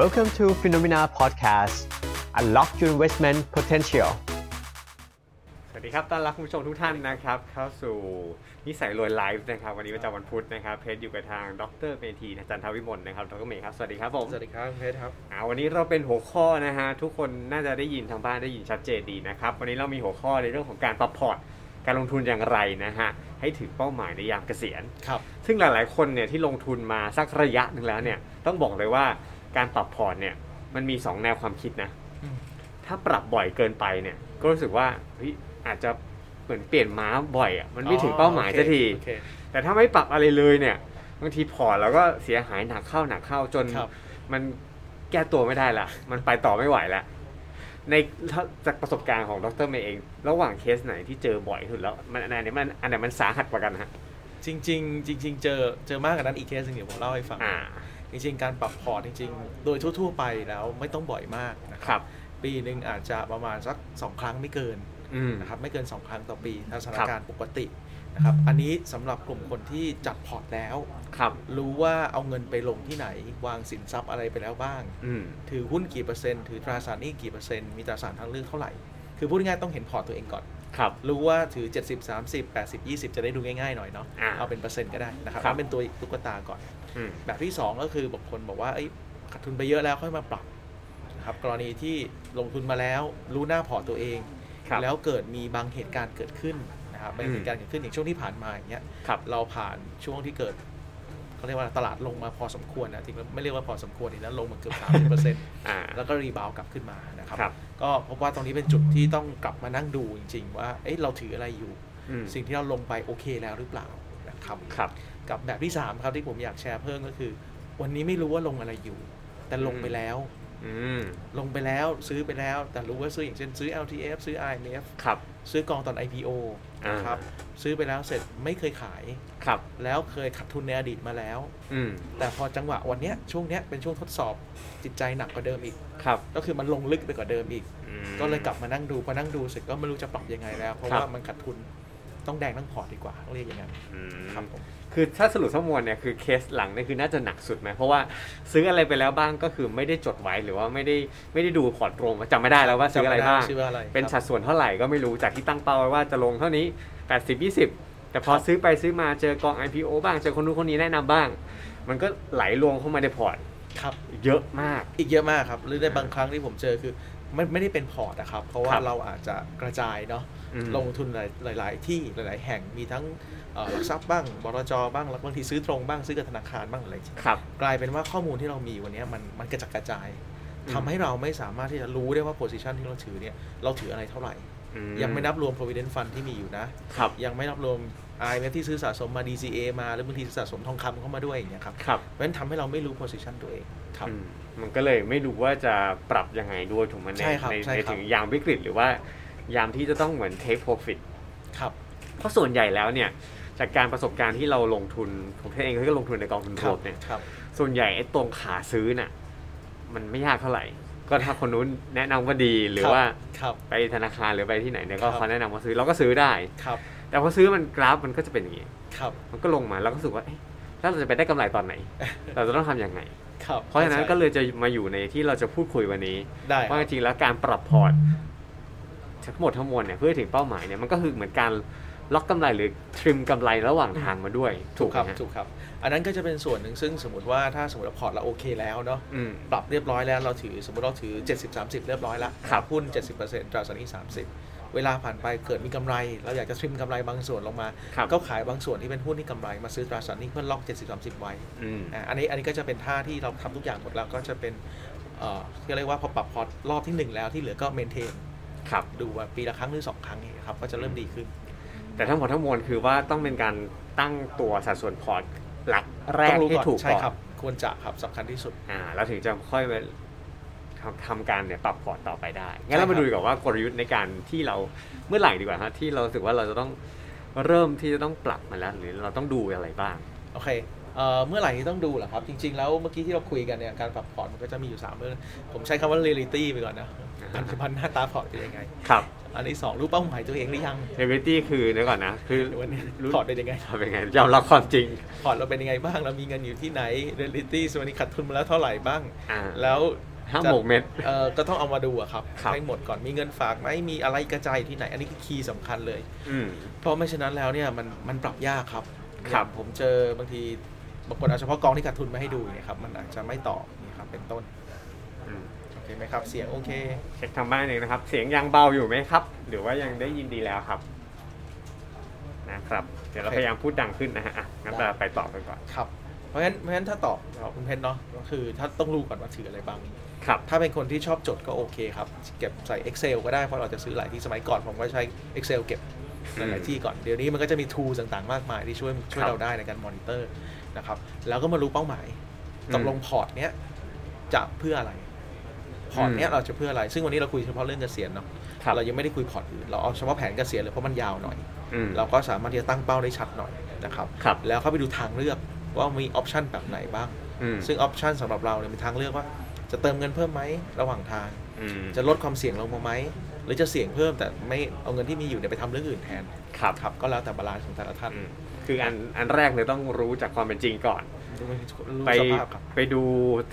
Welcome to Phenomena Podcast. Unlock your investment potential. สวัสดีครับ ต้อนรับคุณผู้ชมทุกท่านนะครับ เข้าสู่นิสัยรวยไลฟ์นะครับ วันนี้ประจำวันพุธนะครับ เพจอยู่กับทางดรเมธีจันทวิมลนะครับดรเมย์ครับ สวัสดีครับผม สวัสดีครับเพชรครับ อ่าวันนี้เราเป็นหัวข้อนะฮะ ทุกคนน่าจะได้ยินทางบ้านได้ยินชัดเจนดีนะครับ วันนี้เรามีหัวข้อในเรื่องของการปรับพอร์ต การลงทุนอย่างไรนะฮะ ให้ถึงเป้าหมายในยามเกษียณ ครับ ซึ่งหลาย ๆ คนเนี่ยที่ลงทุนมาสักระยะหนึ่งแล้วเนี่ยต้องบอกเลยว่าการปรับพอร์ตเนี่ยมันมี 2 แนวความคิดนะ อืม ถ้าปรับบ่อยเกินไปเนี่ยก็รู้สึกว่าเฮ้ยอาจจะเหมือนเปลี่ยนม้าบ่อยอะ่ะมันไม่ถึงเป้าหมายสักที โอเค แต่ถ้าไม่ปรับอะไรเลยเนี่ยบางทีพอร์ตเราก็เสียหายหนักเข้าหนักเข้าจน ครับ มันแก้ตัวไม่ได้ละ มันไปต่อไม่ไหวละ ในจากประสบการณ์ของดรเมย์เอง ระหว่างเคสไหนที่เจอบ่อยที่สุดแล้วมันอันไหนมันอันไหนมันสาหัสกว่ากันฮะ จริง ๆ จริง ๆ เจอเจอมากกว่านั้นอีกเคสหนึงเดี๋ยวผมเล่าให้ฟัง อ่า จริง ๆ การปรับพอร์ตจริง ๆ โดยทั่ว ๆ ไปแล้วไม่ต้องบ่อยมากนะค ครับ รับ ปีหนึ่งอาจจะประมาณสัก 2 ครั้งไม่เกิน อืม นะครับไม่เกิน 2 ครั้งต่อปีถ้าสถา คนรับ การณ์ปกตินะครับอันนี้สำหรับกลุ่มคนที่จัดพอร์ตแล้ว ครับ รู้ว่าเอาเงินไปลงที่ไหน วางสินทรัพย์อะไรไปแล้วบ้าง อืม ถือหุ้นกี่เปอร์เซ็นต์ถือตราสารหนี้กี่เปอร์เซ็นต์มีตราสารทางเลือกเท่าไหร่คือพูดง่ายๆต้องเห็นพอร์ตตัวเองก่อน ครับ รู้ว่าถือ 70 30 80 20 จะได้ดูง่ายๆหน่อยเนาะ อ่า เอาเป็นเปอร์เซ็นต์ก็ได้นะครับ ครับ เอาเป็นตัวตุ๊กตาก่อน อืม แบบที่ 2 ก็คือบางคนบอกว่าเอ้ยขาดทุนไปเยอะแล้วค่อยมาปรับนะครับกรณีที่ลงทุนมาแล้วรู้หน้าพอร์ตตัวเอง ครับ แล้วเกิดมีบางเหตุการณ์เกิดขึ้นนะครับบาง อืม เหตุการณ์เกิดขึ้นอย่างช่วงที่ผ่านมาอย่างเงี้ย ครับ เราผ่านช่วงที่เกิดเขาเรียกว่าตลาดลงมาพอสมควรนะจริงๆไม่เรียกว่าพอสมควรนี่แล้วลงมาเกือบสามสิบเปอร์เซ็นต์ อ่า แล้วก็รีบาวด์กลับขึ้นมานะครับ ครับ ก็พบว่าตรงนี้เป็นจุดที่ต้องกลับมานั่งดูจริง ๆ ว่า เอ๊ะเราถืออะไรอยู่ อืม สิ่งที่เราลงไปโอเคแล้วหรือเปล่านะครับ ครับ กับแบบที่ 3 ครับที่ผมอยากแชร์เพิ่มก็คือ วันนี้ไม่รู้ว่าลงอะไรอยู่ แต่ลงไปแล้ว อืม ลงไปแล้วซื้อไปแล้ว แต่รู้ว่าซื้ออย่างเช่นซื้อ LTF ซื้อ IMF ครับ ซื้อกองตอน IPO นะครับ ซื้อไปแล้วเสร็จไม่เคยขาย ครับ แล้วเคยขาดทุนในอดีตมาแล้ว อืม แต่พอจังหวะวันเนี้ยช่วงเนี้ยเป็นช่วงทดสอบจิตใจหนักกว่าเดิมอีก ครับ ก็คือมันลงลึกไปกว่าเดิมอีก อืม ก็เลยกลับมานั่งดูพอนั่งดูเสร็จก็ไม่รู้จะปรับยังไงแล้ว เพราะ ครับ ว่ามันขาดทุนต้องแดงต้องพอร์ตดีกว่าต้องเรียกอย่างนั้น อืม ครับผม คือถ้าสรุปทั้งมวลเนี่ยคือเคสหลังเนี่ยคือน่าจะหนักสุดไหมเพราะว่าซื้ออะไรไปแล้วบ้างก็คือไม่ได้จดไว้หรือว่าไม่ได้ไม่ได้ดูพอร์ตรวมว่าจำไม่ได้แล้วว่าซื้ออะไรบ้าง ชื่ออะไร เป็น ค สั รับ ดส่วนเท่าไหร่ก็ไม่รู้จากที่ตั้งเป้าไว้ว่าจะลงเท่านี้ 80 20 แต่พอซื้อไปซื้อมาเจอกอง IPO บ้างเจอคนนู้นคนนี้แนะนำบ้าง มันก็ไหลรวมเข้ามาในพอร์ต ครับ เยอะมาก อีกเยอะมากครับ หรือในบางครั้งที่ผมเจอคือไม่ไม่ได้เป็นพอร์ตนะครับ เพราะว่า ครับ เราอาจจะกระจายเนาะ อืม ลงทุนหลายหลายหลายที่หลาย ๆ แห่งมีทั้งเอ่อหลักทรัพย์บ้างบลจบ้างแล้วบางทีซื้อตรงบ้างซื้อกับธนาคารบ้างอะไรอย่างเงี้ย ครับ กลายเป็นว่าข้อมูลที่เรามีวันเนี้ยมันมันกระจัดกระจาย อืม ทำให้เราไม่สามารถที่จะรู้ได้ว่าโพซิชันที่เราถือเนี่ยเราถืออะไรเท่าไหร่ อื ยังไม่นับรวม provident fund ที่มีอยู่นะ ครับ ยังไม่นับรวม IMF ที่ซื้อสะสมมา DCA มาหรือบางทีซื้อสะสมทองคำเข้ามาด้วยอย่างเงี้ยครับ ครับ เพราะฉะนั้นทำให้เราไม่รู้ position ตัวเองครับ อืมมันก็เลยไม่รู้ว่าจะปรับยังไงด้วยถูกไหมใน ใช่ครับ ใน ใช่ ใน ครับ ถึงยามวิกฤตหรือว่ายามที่จะต้องเหมือน take profit ครับ เพราะส่วนใหญ่แล้วเนี่ยจากการประสบการณ์ที่เราลงทุนผมเองก็ลงทุนในกองทุนรวมเนี่ย ครับ ส่วนใหญ่ไอ้ตรงขาซื้อน่ะมันไม่ยากเท่าไหร่ ก็ถ้าคนนู้นแนะนำว่าดีหรือว่า ครับ ไปธนาคารหรือไปที่ไหนเนี่ยก็ ครับ เขาแนะนำว่าซื้อเราก็ซื้อได้ ครับ แต่พอซื้อมันกราฟมันก็จะเป็นอย่างงี้ ครับ มันก็ลงมาเราก็รู้สึกว่าเอ๊ะแล้วเราจะไปได้กำไรตอนไหน เราจะต้องทำยังไง ครับ เพราะฉะนั้นก็เลยจะมาอยู่ในที่เราจะพูดคุยวันนี้ ได้ค ว่า รับ จริงๆแล้วการปรับพอร์ตทั้งหมดทั้งมวลเนี่ยเพื่อถึงเป้าหมายเนี่ยมันก็คือเหมือนการล็อกกำไรหรือทริมกำไรระหว่างทางมาด้วยถูก ครับ ไหมฮะ ถูกครับ อันนั้นก็จะเป็นส่วนหนึ่งซึ่งสมมติว่าถ้าสมมติว่าพอร์ตเราโอเคแล้วเนาะ อืม ปรับเรียบร้อยแล้วเราถือสมมติเราถือ 70 30 เรียบร้อยแล้ว ครับ หุ้น 70%ตราสารหนี้30 เวลาผ่านไปเกิดมีกำไร เราอยากจะทริมกำไรบางส่วนลงมา ครับ ก็ขายบางส่วนที่เป็นหุ้นที่กำไรมาซื้อตราสารหนี้เพื่อล็อก 70 30 ไว้ อืม อ่ะอันนี้อันนี้ก็จะเป็นท่าที่เราทำทุกอย่างหมดแล้วก็จะเป็นเอ่อที่เรียกว่าพอปรับพอร์ตรอบที่หนึ่งแล้วที่เหลือก็เมนเทน ครับ ดูว่าปีละครั้งหรือสองครั้งอย่างเงี้ยครับก็จะเริ่มดีขึ้น แต่ทั้งหมดทั้งมวลคือว่าต้องเป็นการตั้งตัวสัดส่วนพอร์ตหลักแร ต้ ก องรู้ ให้ ก่อน ถูก ใช่ ก่อน ครับ ควรจะครับสำคัญที่สุด อ่าแล้วถึงจะค่อยไปทำทำการเนี่ยปรับพอร์ตต่อไปได้งั้น ใช่ครั เรา บ มาดูดีกว่อนว่ากลยุทธ์ในการที่เราเมื่อไหร่ดีกว่าฮะที่เรารู้สึกว่าเราจะต้องเริ่มที่จะต้องปรับมาแล้วหรือเราต้องดูอะไรบ้าง โอเค เอ่อเมื่อไหร่ที่ต้องดูเหรอครับ จริง ๆ แล้วเมื่อกี้ที่เราคุยกันเนี่ยการปรับพอร์ตมันก็จะมีอยู่ 3 เรื่อง ผมใช้คำว่า reality ไปก่อนนะปัจจุบันหน้าตาพอร์ตเป็นยังไง ครับ อันที่สองรู้เป้าหมายตัวเองหรือยัง เอเวอตี้คือเดี๋ยวก่อนนะ คือ หรือว่า รู้ พอร์ตเป็นยังไง พอร์ตเป็นไงยอมรับความจริง พอร์ตเราเป็นยังไงบ้าง เรามีเงินอยู่ที่ไหน reality ส่วนนี้ขาดทุนมาแล้วเท่าไหร่บ้าง อ่า แล้ว ห้ามหมกเม็ด เอ่อก็ต้องเอามาดูอะครับ ครับ ให้หมดก่อนมีเงินฝากไหมมีอะไรกระจายอยู่ที่ไหน อันนี้คือคีย์สำคัญเลย อืม เพราะไม่ฉะนั้นแล้วเนี่ยมันมันปรับยากครับ ครับ อย่างผมเจอบางทีบางคนเอาเฉพาะกองที่ขาดทุนมาให้ดูเนี่ยครับมันอาจจะไม่ตอบนี่ครับเป็นต้น อืม โอเคไหมครับ เสียงโอเค เช็คทางบ้านหนึ่งนะครับ เสียงยังเบาอยู่ไหมครับ หรือว่ายังได้ยินดีแล้วครับนะครับ เดี๋ยวเรา โอ พ เค ยายามพูดดังขึ้นนะฮะอ่ะงั้นเราไปตอบกันก่อน ครับเพราะฉะนั้นเพราะฉะนั้นถ้าตอบตอบคุณเพชรเนาะก็คือถ้าต้องรู้ก่อนว่าถืออะไรบ้าง ครับ ถ้าเป็นคนที่ชอบจดก็โอเคครับ เก็บใส่ Excel ก็ได้เพราะเราจะซื้อหลายที่สมัยก่อนผมก็ใช้ Excel เก็บหลายๆที่ก่อน เดี๋ยวนี้มันก็จะมี tools ต่างๆ มากมายที่ช่วยช่วย ครับ เราได้ในการมอนิเตอร์นะครับ แล้วก็มารู้เป้าหมาย อืม ตกลงพอร์ตเนี้ยจะเพื่ออะไร พอร์ตเนี้ย อืม เราจะเพื่ออะไร ซึ่งวันนี้เราคุยเฉพาะเรื่องเกษียณเนาะ ครับ เรายังไม่ได้คุยพอร์ตอื่นเราเอาเฉพาะแผนเกษียณเลยเพราะมันยาวหน่อย อืม เราก็สามารถที่จะตั้งเป้าได้ชัดหน่อยนะครับ ครับ แล้วเข้าไปดูทางเลือกว่ามีออปชันแบบไหนบ้าง อืม ซึ่งออปชันสำหรับเราเนี่ยเป็นทางเลือกว่า จะเติมเงินเพิ่มไหมระหว่างทาง อืม จะลดความเสี่ยงลงมาไหมหรือจะเสี่ยงเพิ่มแต่ไม่เอาเงินที่มีอยู่เนี่ยไปทำเรื่องอื่นแทน ครับ ครับก็แล้วแต่บาลานซ์ของแต่ละท่าน อืมคืออันอันแรกเลยต้องรู้จากความเป็นจริงก่อน ดูรู้ ไป สภาพครับ ไปดู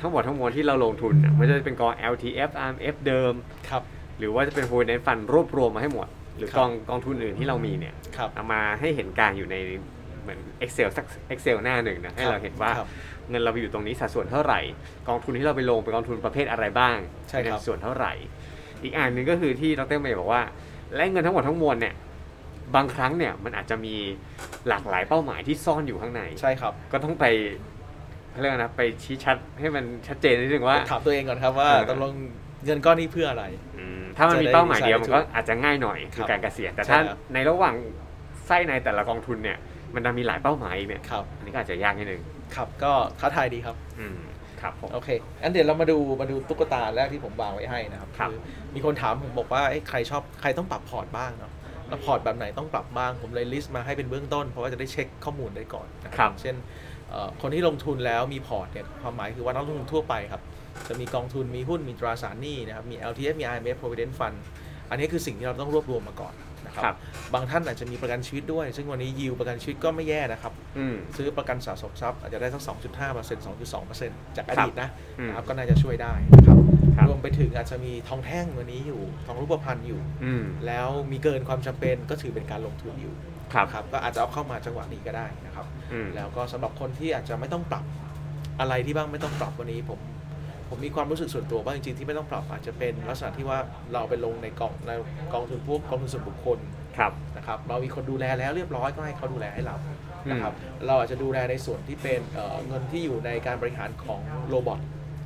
ทั้งหมดทั้งมวลที่เราลงทุนน่ะไม่ว่าจะเป็นกอง LTF RMF เดิม ครับ หรือว่าจะเป็น Provident Fund รวบรวมมาให้หมด หรือกองกองทุนอื่นที่เรามีเนี่ย ครับ เอามาให้เห็นกลางอยู่ในเหมือน Excel สัก Excel หน้าหนึ่งนะ ให้เราเห็นว่า ครับ เงินเราไปอยู่ตรงนี้สัดส่วนเท่าไหร่ กองทุนที่เราไปลงเป็นกองทุนประเภทอะไรบ้าง ใช่ครับ นสัดส่วนเท่าไหร่ อีกอันหนึ่งก็คือที่ดรเมย์บอกว่า และเงินทั้งหมดทั้งมวลเนี่ยบางครั้งเนี่ยมันอาจจะมีหลากหลายเป้าหมายที่ซ่อนอยู่ข้างใน ใช่ครับ ก็ต้องไปเขาเรียกว่านะไปชี้ชัดให้มันชัดเจนนิดนึงว่า ถามตัวเองก่อนครับว่า เออ ตกลงเงินก้อนนี้เพื่ออะไร อืมถ้ามันมีเป้าหมายเดียวมันก็อาจจะง่ายหน่อย ครับ คือการเกษียณแต่ถ้า ใช่ครับ ในระหว่างไส้ในแต่ละกองทุนเนี่ยมันดันมีหลายเป้าหมายอีกเนี่ย ครับ อันนี้ก็อาจจะยากนิดนึง ครับก็ท้าทายดีครับ อืม ครับผม โอเคงั้นเดี๋ยวเรามาดูมาดูตุ๊กตาแรกที่ผมวางไว้ให้นะครับ ครับ อมีคนถามผมบอกว่าเอ้ยใครชอบใครต้องปรับพอร์ตบ้างเนาะแล้วพอร์ตแบบไหนต้องปรับบ้าง ผมเลยลิสต์มาให้เป็นเบื้องต้น เพราะว่าจะได้เช็คข้อมูลได้ก่อนนะครับ ครับ เช่นเอ่อคนที่ลงทุนแล้วมีพอร์ตเนี่ยความหมายคือว่านักลงทุนทั่วไปครับ จะมีกองทุนมีหุ้นมีตราสารหนี้นะครับมี LTF มี IMF Provident Fund อันนี้คือสิ่งที่เราต้องรวบรวมมาก่อนนะค ครั รับบ บางท่านอาจจะมีประกันชีวิตด้วย ซึ่งวันนี้ยิวประกันชีวิตก็ไม่แย่นะครับ อืม ซื้อประกันสะสมทรัพย์อาจจะได้สัก 2.5% 2.2%จากอดีตนะ อืม นะครับก็น่าจะช่วยได้นะครับ ครับ รวมไปถึงอาจจะมีทองแท่งวันนี้อยู่ ทองรูปพรรณอยู่ อืม แล้วมีเกินความจำเป็นก็ถือเป็นการลงทุนอยู่ ครับ นะครับก็อาจจะเอาเข้ามาจังหวะนี้ก็ได้นะครับ อืม แล้วก็สำหรับคนที่อาจจะไม่ต้องปรับอะไรที่บ้างไม่ต้องปรับวันนี้ผมผมมีความรู้สึกส่วนตัวว่าจริงๆที่ไม่ต้องปรับอาจจะเป็นลักษณะที่ว่าเราไปลงในกองในกองทุนพวกกองทุนส่วนบุคคล ครับ นะครับเรามีคนดูแลแล้วเรียบร้อยก็ให้เขาดูแลให้เรานะครับเราอาจจะดูแลในส่วนที่เป็นเอ่อเงินที่อยู่ในการบริหารของโรบอท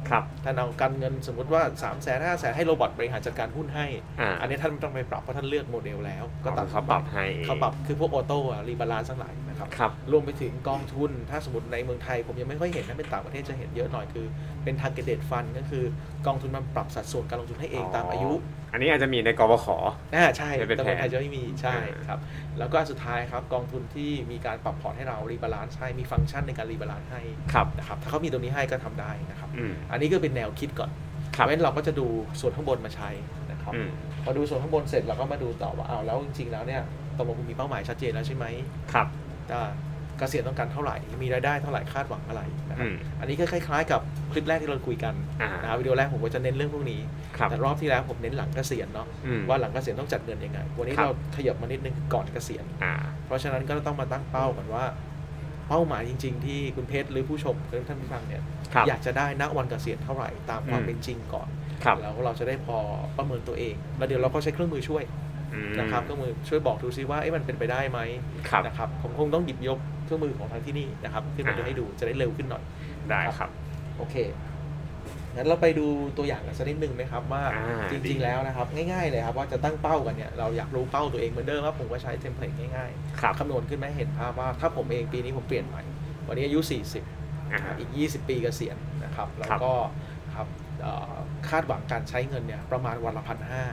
ครับ ท่านเอาการเงินสมมติว่า 3 0 0แสนห้าแสนให้โรบอทบริหารจัดการหุ้นให้ อ่า อันนี้ท่านไม่ต้องไปปรับเพราะท่านเลือกโมเดลแล้ว ก็ ก็ ตั ตั ด ดเขาปรับให้ เขาปรับคือพวกออโต้รีบาลานซ์ทั้งหลายนะครับ ครับ รวมไปถึงกองทุน ถ้าสมมติในเมืองไทย ผมยังไม่ค่อยเห็นนะเป็นต่างประเทศจะเห็นเยอะหน่อยคือเป็น targeted fund ก็คือกองทุนมันปรับสัดส่วนการลงทุนให้เองตามอายุ อันนี้อาจจะมีในกบข อ่าใช่ ไม่เป็น แต่ แผ คน น ไทยจะไม่มีใช่ อ่า ครับ แล้วก็อันสุดท้ายครับกองทุนที่มีการปรับพอร์ตให้เรารีบาลานซ์ให้มีฟังก์ชันในการรีบาลานซ์ให้ ครับ นะครับถ้าเขามีตรงนี้ให้ก็ทำได้นะครับ อืม อันนี้ก็เป็นแนวคิดก่อนเพ ครับ ราะฉะนั้นเราก็จะดูส่วนข้างบนมาใช้นะครับ อืม พอดูส่วนข้างบนเสร็จเราก็มาดูต่อว่าเอาวแล้วจริงๆแล้วเนี่ยตกลงคุณมีเป้าหมายชัดเจนแล้วใช่ไหม ครับ ว่าเกษียณต้องการเท่าไหร่ มีรายได้เท่าไหร่คาดหวังอะไรนะครั อื บ ม อันนี้ก็คล้าย ๆ กับคลิปแรกที่เราคุยกัน อ่า นะครับวิดีโอแรกผมก็จะเน้นเรื่องพวกนี้ ครับ แต่รอบที่แล้วผมเน้นหลังเกษียณเนาะ อืม ว่าหลังเกษียณต้องจัดเงินยังไง วันนี้ ครับ เราขยับมานิดนึงก่อนเกษียณ อ่า เพราะฉะนั้นก็ต้องมาตั้งเป้าก่อนว่า เป้าหมายจริง ๆ ที่คุณเพชรหรือผู้ชมหรือท่านผู้ฟังเนี่ย ครับ อยากจะได้ณวันเกษียณเท่าไหร่ตามความ อืม เป็นจริงก่อน ครับ แล้วเราจะได้พอประเมินตัวเอง แล้วเดี๋ยวเราก็ใช้เครื่องมือช่วย อืม นะครับเครื่องมือช่วยบอกดูซิว่าเอ๊ะมันเป็นไปได้ไหม ครับ นะครับผมคงต้องหยิบยกเครื่องมือของทางที่นี่นะครับที่ผมจะให้ดูจะได้เร็วขึ้นหน่อย ได้ครับ โอเค งั้นเราไปดูตัวอย่างกันสักนิดหนึ่งไหมครับว่า อ่า จ ดี ริง ๆ แล้วนะครับ ง่ายๆเลยครับว่าจะตั้งเป้ากันเนี่ยเราอยากรู้เป้าตัวเองเหมือนเดิมว่าผมก็ใช้เทมเพลตง่าย ครับ ๆคำนวณขึ้นไหมาให้เห็นภาพว่าถ้าผมเองปีนี้ผมเปลี่ยนใหม่วันนี้อายุ อ่า 40 อีก 20 ปีเกษียณนะครับ แล้วก็ครับเอ่อคาดหวังการใช้เงินเนี่ยประมาณวันละพันห้า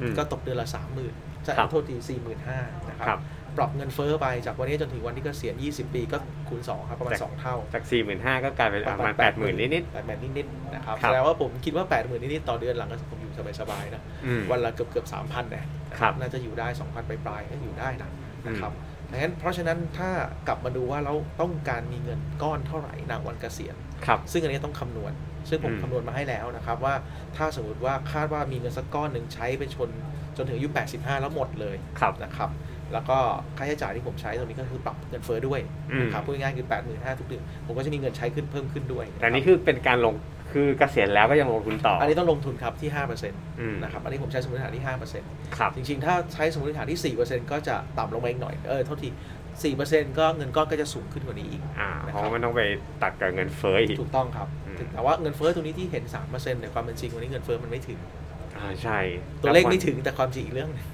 อืม ก็ตกเดือนละสามหมื่นจะ ครับ โทษทีสี่หมื่นห้านะค ครั รับ ปรับเงินเฟ้อไปจากวันนี้จนถึงวันที่เกษียณ 20 ปีก็คูณ 2 ครับประมาณ จาก 2 เท่า จาก4ี่หมื่นห้าก็กลายเป็นประมาณแปดหมื่นนิด แปดหมื่นนิดๆนะครับ ครั แป บ ลว่าผมคิดว่า 8 0,000 นิดๆต่อเดือนหลังก็ผมอยู่สบายๆนะ ๆอืม วันละเกือบเกือบสามพันเนี่ย ครับ น่าจะอยู่ได้ 2,000 ไปปลายๆก็อยู่ได้นะ อืม นะครับดังนั้นเพราะฉะนั้นถ้ากลับมาดูว่าเราต้องการมีเงินก้อนเท่าไหร่ณวันเกษียณ ครับ ซึ่งอันนี้ต้องคำนวณ ซึ่งผม อืม คำนวณมาให้แล้วนะครับว่าถ้าสมมติว่าคาดว่ามีเงินสักก้อนหนึ่งใช้ไปชนจนถึงอายุ 85 แล้วหมดเลย ครับ นะครับ แล้วก็ค่าใช้จ่ายที่ผมใช้ตรงนี้ก็คือปรับเงินเฟ้อด้วย อืม นะครับพูดง่ายๆคือ 85,000ทุกเดือนผมก็จะมีเงินใช้ขึ้นเพิ่มขึ้นด้วยะรับ แต่นี่คือเป็นการลงคือเกษียณแล้วก็ยังลงทุนต่อ อั อั นนี้ต้องลงทุนครับที่5%น อืม ะครับอันนี้ผมใช้สมมติฐานที่5% ครับ จริงๆ ถ้าใช้สมมติฐานที่ 4%ก็จะต่ำลงไปอีกหน่อย เออเท่าที4%ก็เงินก้อนก็จะสูงขึ้นกว่านี้อีก อ่า นะเพครับราะว่ามันต้องไปตัดกับเงินเฟ้ออีก ถูกต้องครับ อืม แต่ว่าเงินเฟ้อตรงนี้ที่เห็น 3%ในความเป็นจริงวันนี้เงินเฟ้อมันไม่ถึง อ่าใช่ ตัวเลขไม่ถึงแต่ความจริงอีกเรื่องหนึ่ง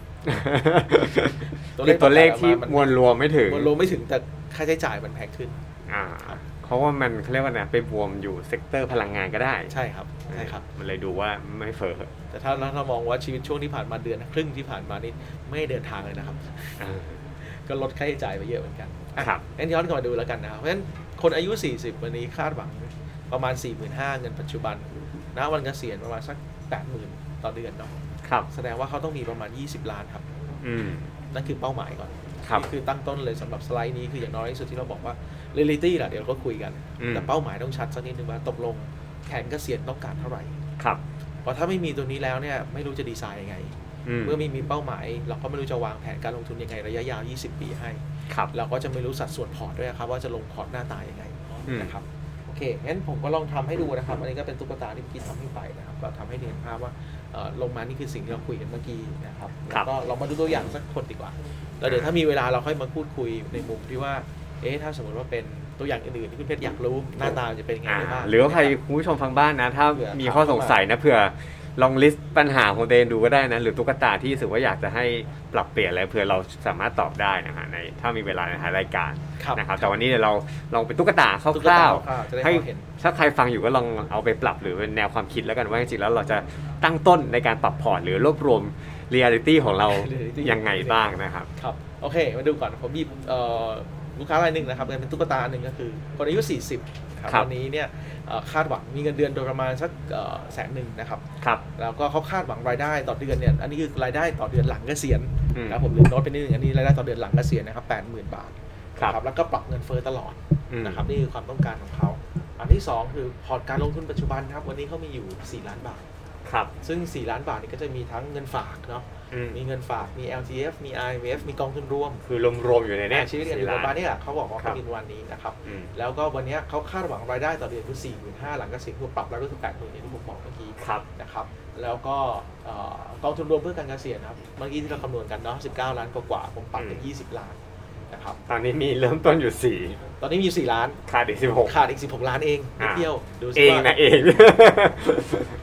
ตัวเลขตัวเลขที่ มัน มวลรวมไม่ถึง มวลรวมไม่ถึงแต่ค่าใช้จ่ายมันแพงขึ้น อ่าเพราะว่ามันเขาเรียกว่าไงไปบวมอยู่เซกเตอร์พลังงานก็ได้ ใช่ครับ ใช่ครับ มันเลยดูว่าไม่เฟ้อ แต่ถ้าเรามองว่าชีวิตช่วงที่ผ่านมาเดือนครึ่งที่ผ่านมานี่ไม่ได้เดินทางเลยนะครับ อ่า ก็ลดค่าใช้จ่ายไปเยอะเหมือนกันอ่ะ ครับ งั้นย้อนกลับมาดูแล้วกันนะครับ เพราะฉะนั้นคนอายุ 40 วันนี้คาดหวังประมาณ 4 5 0 0 0เงินปัจจุบันณวันเกษียณประมาณสัก 80,000 ต่อเดือนเนาะ ครับ แสดงว่าเขาต้องมีประมาณ 20 ล้านครับ อืม นั่นคือเป้าหมายก่อน ครับ นี่คือตั้งต้นเลยสำหรับสไลด์นี้คืออย่างน้อยที่สุดที่เราบอกว่าเรลิตี้ล่ะเดี๋ยวก็คุยกัน อืม แต่เป้าหมายต้องชัดสักนิดนึงว่าตกลงแขนเกษียณต้องการเท่าไหร่ ครับ เพราะถ้าไม่มีตัวนี้แล้วเนี่ยไม่รู้จะดีไซน์ยังไง อืม เมื่อไม่มีเป้าหมายเราก็ไม่รู้จะวางแผนการลงทุนยังไงระยะยาว 20 ปีให้ ครับ เราก็จะไม่รู้สัดส่วนพอร์ตด้วยนะครับว่าจะลงพอร์ตหน้าตายังไง อืม นะครับโอเคงั้นผมก็ลองทำให้ดูนะครับ อันนี้ก็เป็นตุ๊กตาที่เมื่อกี้ทำให้ไปนะครับ ก็ทำให้เห็นภาพว่าเอ่อลงมานี่คือสิ่งที่เราคุยกันเมื่อกี้นะครับแล้วก็ลองมาดูตัวอย่างสักคนดีกว่าแล้วเดี๋ยวถ้ามีเวลาเราค่อยมาพูดคุยในมุมที่ว่าเอ๊ะถ้าสมมติว่าเป็นตัวอย่างอื่นๆที่คุณเพชรอยากรู้หน้าตาจะเป็นยังไง อ่า ได้บ้าง หรือว่าใครคุณผู้ชมฟังบ้านนะ ถ้า เผื่อ มีข้อสงสัยนะเผื่อลองลิสต์ปัญหาของตัวเองดูก็ได้นะ หรือตุ๊กตาที่รู้สึกว่าอยากจะให้ปรับเปลี่ยนอะไรเผื่อเราสามารถตอบได้นะฮะในถ้ามีเวลาในท้ายรายการ ครับ นะครับแต่วันนี้เดี๋ยวเราลองเป็นตุ๊กตาค ตุ๊กต ร่าว ๆจะได้ ๆ พ ให้ อเห็น ถ้าใครฟังอยู่ก็ลองเอาไปปรับหรือเป็นแนวความคิดแล้วกันว่าจริงๆแล้วเราจะตั้งต้นในการปรับพอร์ตหรือรวบร วมเรียลิตี้ของเรา reality ยังไงบ้างนะครับ ครับโอเคมาดูก่อนผมหยิบเอ่อลูกค้ารายหนึ่งนะครับเป็นตุ๊กตาหนึ่งก็คือคนอายุ 40ครับ ครับ วันนี้เนี่ยเอ่อคาดหวังมีเงินเดือนโดยประมาณสักเอ่อแสนหนึ่งนะครับ ครับ แล้วก็เขาคาดหวังรายได้ต่อเดือนเนี่ยอันนี้คือรายได้ต่อเดือนหลังเกษียณ อืม นะผมลืมโน้ตไปนิดนึงอันนี้รายได้ต่อเดือนหลังเกษียณนะครับ80,000 บาท ครับ นะแล้วก็ปรับเงินเฟ้อตลอด อืม นะครับนี่คือความต้องการของเขาอันที่สองคือพอร์ตการลงทุนปัจจุบันนะครับวันนี้เขามีอยู่ 4 ล้านบาท ครับ ซึ่ง 4 ล้านบาทนี่ก็จะมีทั้งเงินฝากเนาะ อืม มีเงินฝากมี LTF มี IMF มีกองทุนรวม คือรวมๆอยู่ในเนี้ย อ่ะชีวิตกันอยู่ประมาณนี้แหละเขาบอกว่า ครั เขา บ มีวันนี้นะครับ อืม แล้วก็วันเนี้ยเขาคาดหวังรายได้ต่อเดือนคือ4 5 0 0 0หลังเกษียณคือปรับแล้วก็คือ8 0 0 0 0อย่างที่ผมบอกเมื่อกี้ ครับ นะครับ แล้วก็เอ่อกองทุนรวมเพื่อการเกษียณนะครับ เมื่อกี้ที่เราคำนวณกันเนาะ 19 ล้านกว่าๆผมปรับเป็น20 ล้านนะครับ ตอนนี้มีเริ่มต้นอยู่สี่ ตอนนี้มีอยู่4ล้าน ขาดอีกสิบหก ขาดอีก 16 ล้านเองนิด อ่า เดียวดูสิ เอง ว่า นะเอง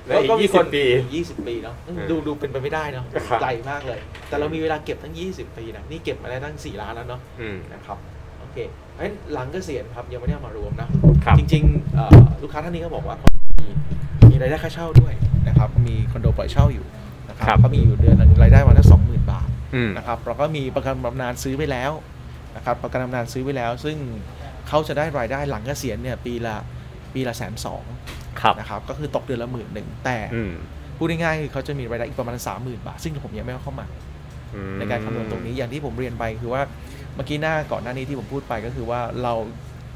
และ แล้ว อีก ก็มี ยี่ ค สิ น บปี 20 ปีเนาะอืม อืม ดูดูเป็นไปไม่ได้เนาะ ครับ ไกลมากเลย แต่เรามีเวลาเก็บทั้ง 20 ปีนะนี่เก็บมาได้ตั้ง 4 ล้านแล้วเนาะ อืม นะครับโอเคเพราะฉะนั้นหลังเกษียณครับยังไม่ได้เอามารวมนะครับ จริงๆเอ่อลูกค้าท่านนี้เขาบอกว่าเขามีมีรายได้ค่าเช่าด้วยนะครับมีคอนโดปล่อยเช่าอยู่นะค ครั รับบ เขามีอยู่เดือนหนึ่งรายได้วันละสองหมื่นบาท อืม นะครับเราก็มีประกันบำนาญซื้อไว้แล้วนะครับประกันบำนาญซื้อไว้แล้ว ซึ่งเขาจะได้รายได้หลังเกษียณเนี่ยปีละปีละแสนสอง ครับ นะครับก็คือตกเดือนละหมื่นหนึ่งแต่ อืม พูดง่ายๆคือเขาจะมีรายได้อีกประมาณ3 0,000 บาท ซึ่งผมยังไม่เอาเข้ามา อืม ในการคำนวณตรงนี้อย่างที่ผมเรียนไปคือว่าเมื่อกี้หน้าก่อนหน้านี้ที่ผมพูดไปก็คือว่าเรา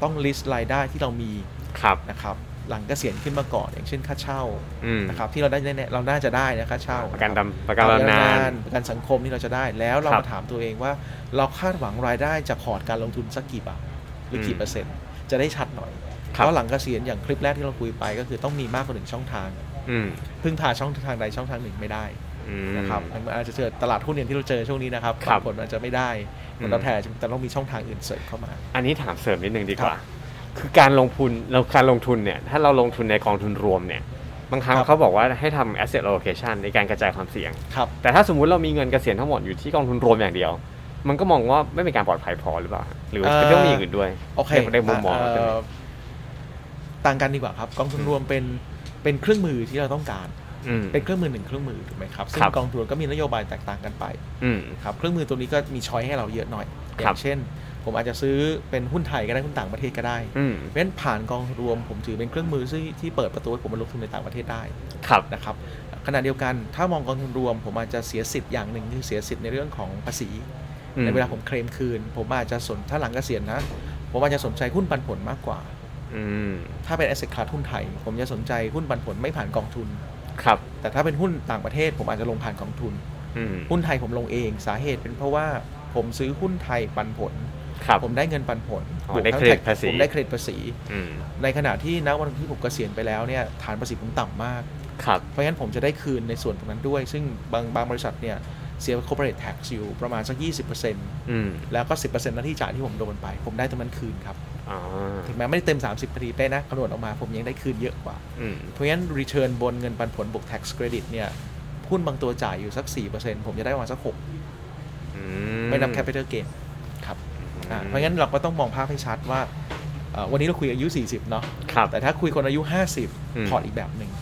ต้อง list รายได้ที่เรามี ครับ นะครับหลังเกษียณขึ้นมาก่อน อย่างเช่นค่าเช่า อืม นะครับที่เราได้แน่ๆเราน่าจะได้นะค่าเช่า ประกัน คบ ดำประกันบำนาญ ประกันสังคมที่เราจะได้แล้วเรา ครับ มาถามตัวเองว่า เราคาดหวังรายได้จากพอร์ตการลงทุนสักกี่บาทหรือ อื กี่ ม เปอร์เซ็นต์จะได้ชัดหน่อย ค เพ รับ ราะหลังเกษียณอย่างคลิปแรกที่เราคุยไปก็คือต้องมีมากกว่าหนึ่งช่องทาง อืม พึ่งพาช่องทางใดช่องทางหนึ่งไม่ได้ อืม นะครับมันอาจจะเจอตลาดหุ้นอย่างที่เราเจอช่วงนี้นะครับ ครับ บางผลอาจจะไม่ได้ผลตอบแทนแต่ต้องมีช่องทางอื่นเสริมเข้ามา อันนี้ถามเสริมนิดนึงดีกว่า ครับ คือการลงทุนเราการลงทุนเนี่ย ถ้าเราลงทุนในกองทุนรวมเนี่ย บางครั้ง ครับ เขาบอกว่าให้ทำ asset allocation ในการกระจายความเสี่ยง ครับ แต่ถ้าสมมุติเรามีเงินเกษียณทั้งหมดอยู่ที่กองทุนรวมอย่างเดียว มันก็มองว่าไม่เป็นการปลอดภัยพอหรือเปล่า หรือว่าจะต้องมีอย่างอื่นด้วย โอเค ในในมุมมอง เ เราเป็นไง ต่างกันดีกว่าครับ กองทุนรวมเป็นเป็นเครื่องมือที่เราต้องการ อืม เป็นเครื่องมือหนึ่งเครื่องมือถูกไหมครับซึ่ง ครับ กองทุนก็มีนโยบายแตกต่างกันไป อืม นะครับเครื่องมือตัวนี้ก็มีช้อยให้เราเยอะหน่อยอ ครั ย่า บ งเช่น ผมอาจจะซื้อเป็นหุ้นไทยก็ได้หุ้นต่างประเทศก็ได้ อืม เพราะฉะนั้นผ่านกองรวม ผมถือเป็นเครื่องมือที่ที่เปิดประตูให้ผมมาลงทุนในต่างประเทศได้ ครับ นะครับขณะเดียวกันถ้ามองกองทุนรวม ผมอาจจะเสียสิทธิ์อย่างหนึ่งคือเสียสิทธิ์ในเรื่องของภาษี อืม ในเวลาผมเคลมคืน ผมอาจจะสนถ้าหลังเกษียณนะ ผมอาจจะสนใจหุ้นปันผลมากกว่า อืม ถ้าเป็น asset class หุ้นไทย ผมจะสนใจหุ้นปันผลไม่ผ่านกองทุน ครับ แต่ถ้าเป็นหุ้นต่างประเทศ ผมอาจจะลงผ่านกองทุน อืม หุ้นไทยผมลงเองสาเหตุเป็นเพราะว่าผมซื้อหุ้นไทยปันผล ครับ ผมได้เงินปันผล อ๋อ วก ได้ ทั้ง เครดิต แท็ก ภาษี ผมได้เครดิตภาษี อืม ในขณะที่ณวันที่ผมเกษียณไปแล้วเนี่ยฐานภาษีผมต่ำมาก ครับ เพราะงั้นผมจะได้คืนในส่วนตรงนั้นด้วย ซึ่งบางบางบริษัทเนี่ยเสีย corporate tax อยู่ประมาณสัก 20% อืม แล้วก็ 10%หน้าที่จ่ายที่ผมโดนไป ผมได้ตรงนั้นคืนครับ อ๋อ ถึงแม้ไม่ได้เต็ม 30พอดีเป๊ะนะคำนวณออกมาผมยังได้คืนเยอะกว่า อืม เพราะงั้น return บนเงินปันผลบวก tax credit เนี่ยหุ้นบางตัวจ่ายอยู่สัก 4%ผมจะได้ประมาณสัก อื 6 ไม่นับ capital gain ครับอ่าเพราะงั้นเราก็ต้องมองภาพให้ชัดว่าเอ่อวันนี้เราคุยอายุ 40 เนาะ ครับ แต่ถ้าคุยคนอายุ อืม 50พอร์ตอีกแบบหนึ่ง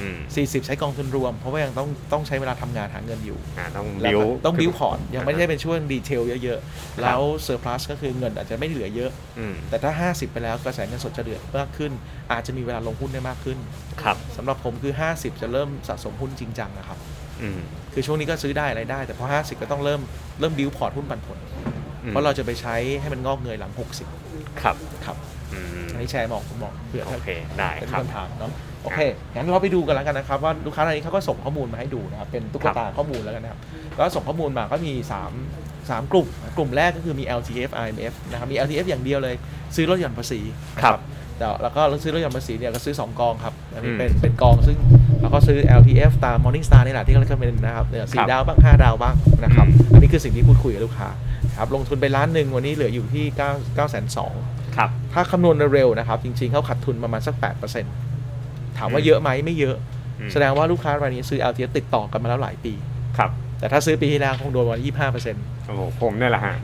อืม 40 ใช้กองทุนรวม เพราะว่ายังต้องต้องใช้เวลาทำงานหาเงินอยู่ อ่าต้อง แล้ว บิว ก็ต้องบิวพอร์ตยังไม่ได้เป็นช่วงดีเทลเยอะๆ แล้วเซอร์พลัสก็คือเงินอาจจะไม่เหลือเยอะ อืม แต่ถ้า 50 ไปแล้วกระแสเงินสดจะเดือดมากขึ้น อาจจะมีเวลาลงหุ้นได้มากขึ้น ครับ สำหรับผมคือ 50 จะเริ่มสะสมหุ้นจริงจังนะครับ อืม คือช่วงนี้ก็ซื้อได้อะไรได้ แต่พอ 50 ก็ต้องเริ่มเริ่มบิวพอร์ตหุ้นปันผล อืม เพราะเราจะไปใช้ให้มันงอกเงยหลัง 60 ครับ ครับ อืม อันนี้แชร์มองผมมองเผื่อ โอ ถ้า เคได้ เป็น ครับ คำถามเนาะโอเคงั้นเราไปดูกันแล้วกันนะครับว่าลูกค้ารายนี้เขาก็ส่งข้อมูลมาให้ดูนะครับเป็นตุ๊กตาข้อมูลแล้วกันนะครับ แล้วส่งข้อมูลมาก็มี 3 3 กลุ่ม กลุ่มแรกก็คือมี LTF IMF นะครับมี LTF อย่างเดียวเลย ซื้อลดหย่อนภาษีนะครับ แต่แล้วก็ซื้อลดหย่อนภาษีเนี่ยก็ซื้อ 2 กองครับอันนี้ อืม เป็นเป็นกองซึ่งเราก็ซื้อ LTF ตาม Morningstar นี่แหละที่เขาเรียกนะครับเนี่ยสี่ ครับ ดาวบ้างห้าดาวบ้างนะครับ อืม อันนี้คือสิ่งที่พูดคุยกับลูกค้าครับลงทุนไปล้านหนึ่งวันนี้เหลืออยู่ที่9 9 2 0 0 ครับ ถ้าคำนวณเร็วๆนะครับ จริงๆเขาขาดทุนประมาณสัก 8%ถามว่าเยอะไหมไม่เยอะ อืม แสดงว่าลูกค้ารายนี้ซื้อ LTF ติดต่อกันมาแล้วหลายปี ครับ แต่ถ้าซื้อปีที่แล้วคงโดนวันยี่ห้าเปอร์เซ็นต์ โอ้โหผมเนี่ยแหละฮะ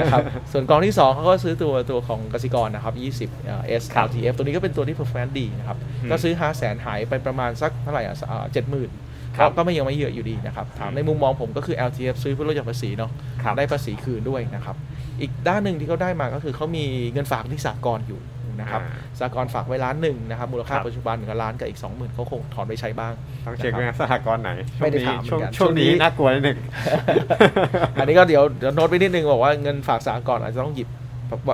นะครับ ส่วนกองที่ 2เขาก็ซื้อตัวตัวของกสิกรนะครับยี่สิบเอส ครับ LTF ตัวนี้ก็เป็นตัวที่ performance ดีนะครับ อืม ก็ซื้อ 5 0 0 0 0 0 หายไปประมาณสักเท่าไหร่อ่ะเจ็ดหมื่น ครับ ก็ไม่ยังไม่เยอะอยู่ดีนะครับถาม อืม ในมุมมองผมก็คือ LTF ซื้อเพื่อลดหย่อนภาษีเนาะ ครับ ได้ภาษีคืนด้วยนะครับ อีกด้านหนึ่งที่เขาได้มาก็คือเขามีเงินฝากที่สากลอยู่นะครับ อ่า สากลฝากไว้ล้านหนึ่งนะครับ มูลค่า ครับ ปัจจุบันหนึ่งล้านกับอีก 2 0,000เขาคงถอนไปใช้บ้าง ต้องเช็คด้วยนะสหกรณ์ไหน ไม่ได้ถามเหมื ช่ว องนี้ช่วงช่วงนกันนี้ ช่วงนี้ น่ากลัวนิดหนึ่ง อันนี้ก็เดี๋ยวเดี๋ยวโน้ตไว้นิดนึงบอกว่าเงินฝากสากลอาจจะต้องหยิบ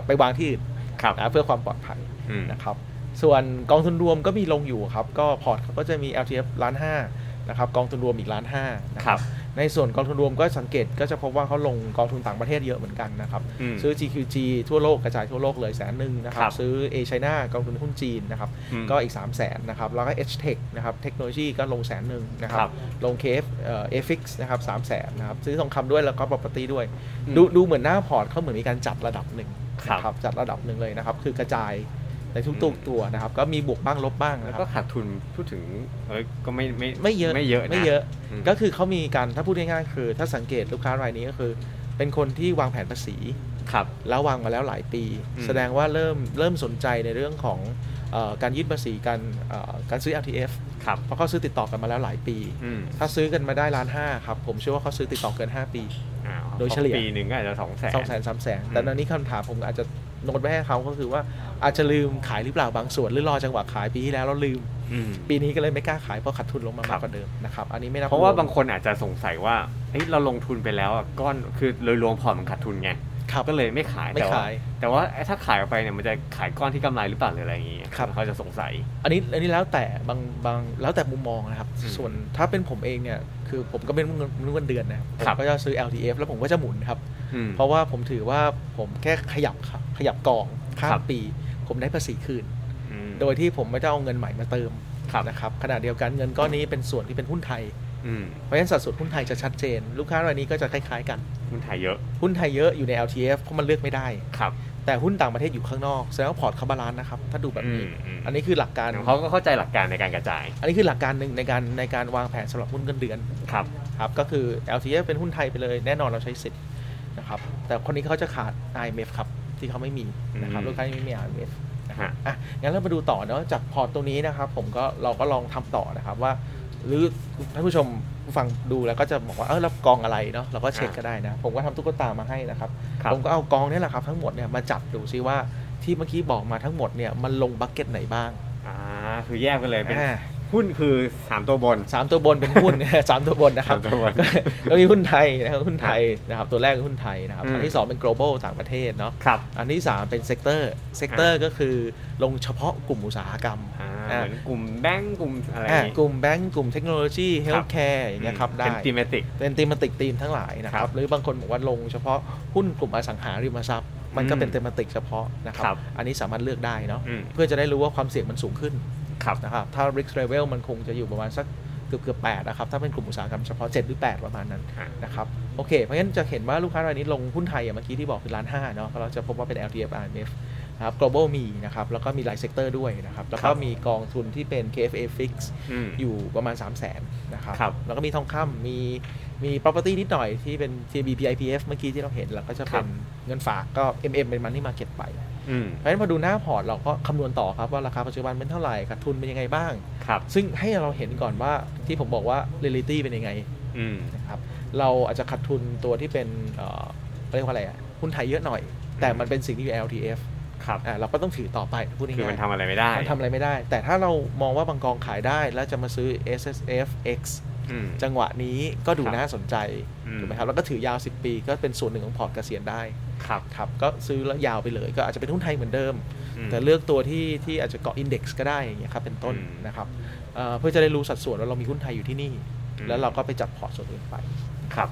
ไปวางที่อื่น ครับ นะเพื่อความปลอดภัย อืม นะครับ ส่วนกองทุนรวมก็มีลงอยู่ครับ ก็พอร์ตเขาก็จะมี LTF ล้านห้านะครับกองทุนรวมอีกล้านห้านะ ค ค รั รั บบ ในส่วนกองทุนรวมก็สังเกตก็จะพบว่าเขาลงกองทุนต่างประเทศเยอะเหมือนกันนะครับ อืม ซื้อ GQG ทั่วโลกกระจายทั่วโลกเลยแสนหนึ่งนะค ครั รับ บ ซื้อ A China กองทุนหุ้นจีนนะครับ ม ก็อีก 3 0 0แสนนะครับ แล้วก็ H Tech นะครับ เทคโนโลยีก็ลงแสนหนึ่งนะครั ครับ บ ลง KF เอ่อ FX นะครับสามแสนนะครับ ซื้อทองคำด้วยแล้วก็ property ด้วย อืม ดูดูเหมือนหน้าพอร์ตเขาเหมือนมีการจัดระดับหนึ่ง ครับ นะจัดระดับหนึ่งเลยนะครับ คือกระจายในทุกตัวตัวนะครับ ก็มีบวกบ้างลบบ้าง แล้ว นะค ก็ รับ ขาดทุนพูดถึงเอยก็ไม่ไม่ ไม่เยอะ ไม่เยอะนะ ไม่เยอะ ม ก็คือเขามีการถ้าพูดง่ายๆคือ ถ้าสังเกตลูกค้ารายนี้ก็คือ เป็นคนที่วางแผนภาษี ครับ แล้ววางมาแล้วหลายปี อืม แสดงว่าเริ่มเริ่มสนใจในเรื่องของเออการยืดภาษีการเอ่อการซื้อ LTF ครับ เพราะเขาซื้อติดต่อกันมาแล้วหลายปี อืม ถ้าซื้อกันมาได้ล้านห้าครับ ผมเชื่อว่าเขาซื้อติดต่อเกิน 5 ปี อ้าว โดยเฉลี่ย ปีหนึ่งก็อาจจะสองแสน 2องแสนสามแสน อืม แต่ตอนนี้คำถามผมอาจจะโน้ตไว้ให้เขาก็คือว่าอาจจะลืมขายหรือเปล่าบางส่วนหรือรอจังหวะขายปีที่แล้วเราลืม อืม ปีนี้ก็เลยไม่กล้าขายเพราะขาดทุนลงมา ครั มา บ กกว่าเดิมนะครับอันนี้ไม่นับ เพราะว่าม บางคนอาจจะสงสัยว่าเฮ้ยเราลงทุนไปแล้วอะก้อนคือโดยรวมพอร์ตมันขาดทุนไง ครับ ก็เลยไม่ขาย ไม่ แต่ว่า ขาย แต่ว่าถ้าขายออกไปเนี่ยมันจะขายก้อนที่กำไรหรือเปล่าหรืออะไรอย่างงี้ ครับ เขาจะสงสัย อันนี้อันนี้แล้วแต่บางบางแล้วแต่มุมมองนะครับ อืม ส่วนถ้าเป็นผมเองเนี่ยคือผมก็เป็นเงินเงินเดือนนะครับผ ครั ม บ ก็จะซื้อ LTF แล้วผมก็จะหมุนครับ อืม เพราะว่าผมถือว่าผมแค่ขยับครับขยับกองข้า ครั ม บ ปี ผมได้ภาษีคืน อืม โดยที่ผมไม่ต้องเอาเงินใหม่มาเติม ครับ นะครับขณะเดียวกันเงินก้อนนี้เป็นส่วนที่เป็นหุ้นไทย อืม เพราะฉะนั้นสัดส่วนหุ้นไทยจะชัดเจน ลูกค้ารายนี้ก็จะคล้ายๆกัน หุ้นไทยเยอะ หุ้นไทยเยอะอยู่ใน LTF เพราะมันเลือกไม่ได้ ครับ แต่หุ้นต่างประเทศอยู่ข้างนอกแสดงว่าพอร์ตเขาบาลานซ์นะครับถ้าดูแบบนี้ อันอัน นี้ นี้คือหลักการ เขาก็เข้าใจหลักการในการกระจาย อันนี้คือหลักการหนึ่งในการในการวางแผนสำหรับหุ้นเงินเดือน ครับ ครับก็คือ LTF เป็นหุ้นไทยไปเลยแน่นอนเราใช้สิทธิ์นะครับแต่คนนี้เขาจะขาด IMF ครับที่เขาไม่มีนะครับ อืม ลูกค้ายังไม่มี IMF นะฮะ อ่ะงั้นเรามาดูต่อเนาะจากพอร์ตตรงนี้นะครับผมก็เราก็ลองทำต่อนะครับว่า หรือท่านผู้ชมผู้ฟังดูแล้วก็จะบอกว่าเออรับกองอะไรเนาะเราก็เช็คก็ได้นะ ผมก็ทำตุ๊กตามาให้นะครับ ครับ ผมก็เอากองเนี่ยแหละครับทั้งหมดเนี่ยมาจับดูซิว่าที่เมื่อกี้บอกมาทั้งหมดเนี่ยมันลงบักเก็ตไหนบ้าง อ่าคือแยกกันเลยเป็น อ่า หุ้นคือสามตัวบน สามตัวบนเป็นหุ้น สามตัวบนนะค สา รับ มตัวบน ก็มีหุ้นไทยนะครับหุ้นไทยนะครับตัวแรกคือหุ้นไทยนะครับ อืม อันที่สองเป็น global ต่างประเทศเนาะ ครับ อันที่สามเป็นเซกเตอร์เซกเตอร์ก็คือลงเฉพาะกลุ่มอุตสาหกรรม อ่า อ่า เหมือนกลุ่มแบงก์กลุ่มอะไร อ่ากลุ่มแบงก์กลุ่มเทคโนโลยีเฮลท์แคร์อย่างเงี้ยครับได้ เป็นทีมติก เป็นตีมติกตีมทั้งหลายนะค ครั รั บบ หรือบางคนบอกว่าลงเฉพาะหุ้นกลุ่มอสังหาริมทรัพย์ มันก็เป็น อืม ตีมติกเฉพาะนะค ครั รับ บ อันนี้สามารถเลือกได้เนาะ อืม เพื่อจะได้รู้ว่าความเสี่ยงมันสูงขึ้น ครับ นะครับถ้า risk level มันคงจะอยู่ประมาณสักเกือบเกือบแปดนะครับถ้าเป็นกลุ่มอุตสาหกรรมเฉพาะ 7 หรือ 8 ประมาณนั้น อ่า นะครับโอเค เพราะฉะนั้นจะเห็นว่าลูกค้ารายนี้ลงหุ้นไทยอย่างเมื่อกี้ที่บอกคือล้านห้าเนาะเราจะพบว่าเป็น LTF IMF นะครับ global มีนะครับแล้วก็มีหลายเซกเตอร์ด้วยนะครับแล้วก็มีกองทุนที่เป็น KFA fix อืม อยู่ประมาณ 3 0 0 0 0นนะครับ ครับ แล้วก็มีทองคำมีมี property นิดหน่อยที่เป็น TBPIPF เมื่อกี้ที่เราเห็น แล้วก็จะ ครั เป็ บ นเงินฝากก็ MM เป็นมันที่มาเก็ตไป อืม เพราะฉะนั้นพอดูหน้าพอร์ตเราก็คำนวณต่อครับว่าราคาปัจจุบันเป็นเท่าไหร่ขาดทุนเป็นยังไงบ้าง ครับ ซึ่งให้เราเห็นก่อนว่าที่ผมบอกว่า reality เป็นยังไง อืม นะครับ เราอาจจะขาดทุนตัวที่เป็นเอ่อเรียกว่าอะไรอะหุ้นไทยเยอะหน่อย แต่มันเป็นสิ่งที่อยู่ใน LTF ครับ อ่ะเราก็ต้องถือต่อไปพูดง่ายๆ คือมันทำอะไรไม่ได้ มันทำอะไรไม่ได้ แต่ถ้าเรามองว่าบางกองขายได้ แล้วจะมาซื้อ S S F X อืม จังหวะนี้ก็ดู ครับ น่าสนใจ อื ถูกไหมครับ แล้วก็ถือยาว 10 ปีก็เป็นส่วนหนึ่งของพอร์ตเกษียณได้ ครับ ครับ ก็ซื้อแล้วยาวไปเลย ก็อาจจะเป็นหุ้นไทยเหมือนเดิม อืม แต่เลือกตัวที่ที่อาจจะเกาะอินเด็กซ์ก็ได้อย่างเงี้ยครับเป็นต้น อืม นะครับเอ่อเพื่อจะได้รู้สัดส่วนว่าเรามีหุ้นไทยอยู่ที่นี่ อืม แล้วเราก็ไปจัดพอร์ตส่วนอื่นไป ครับ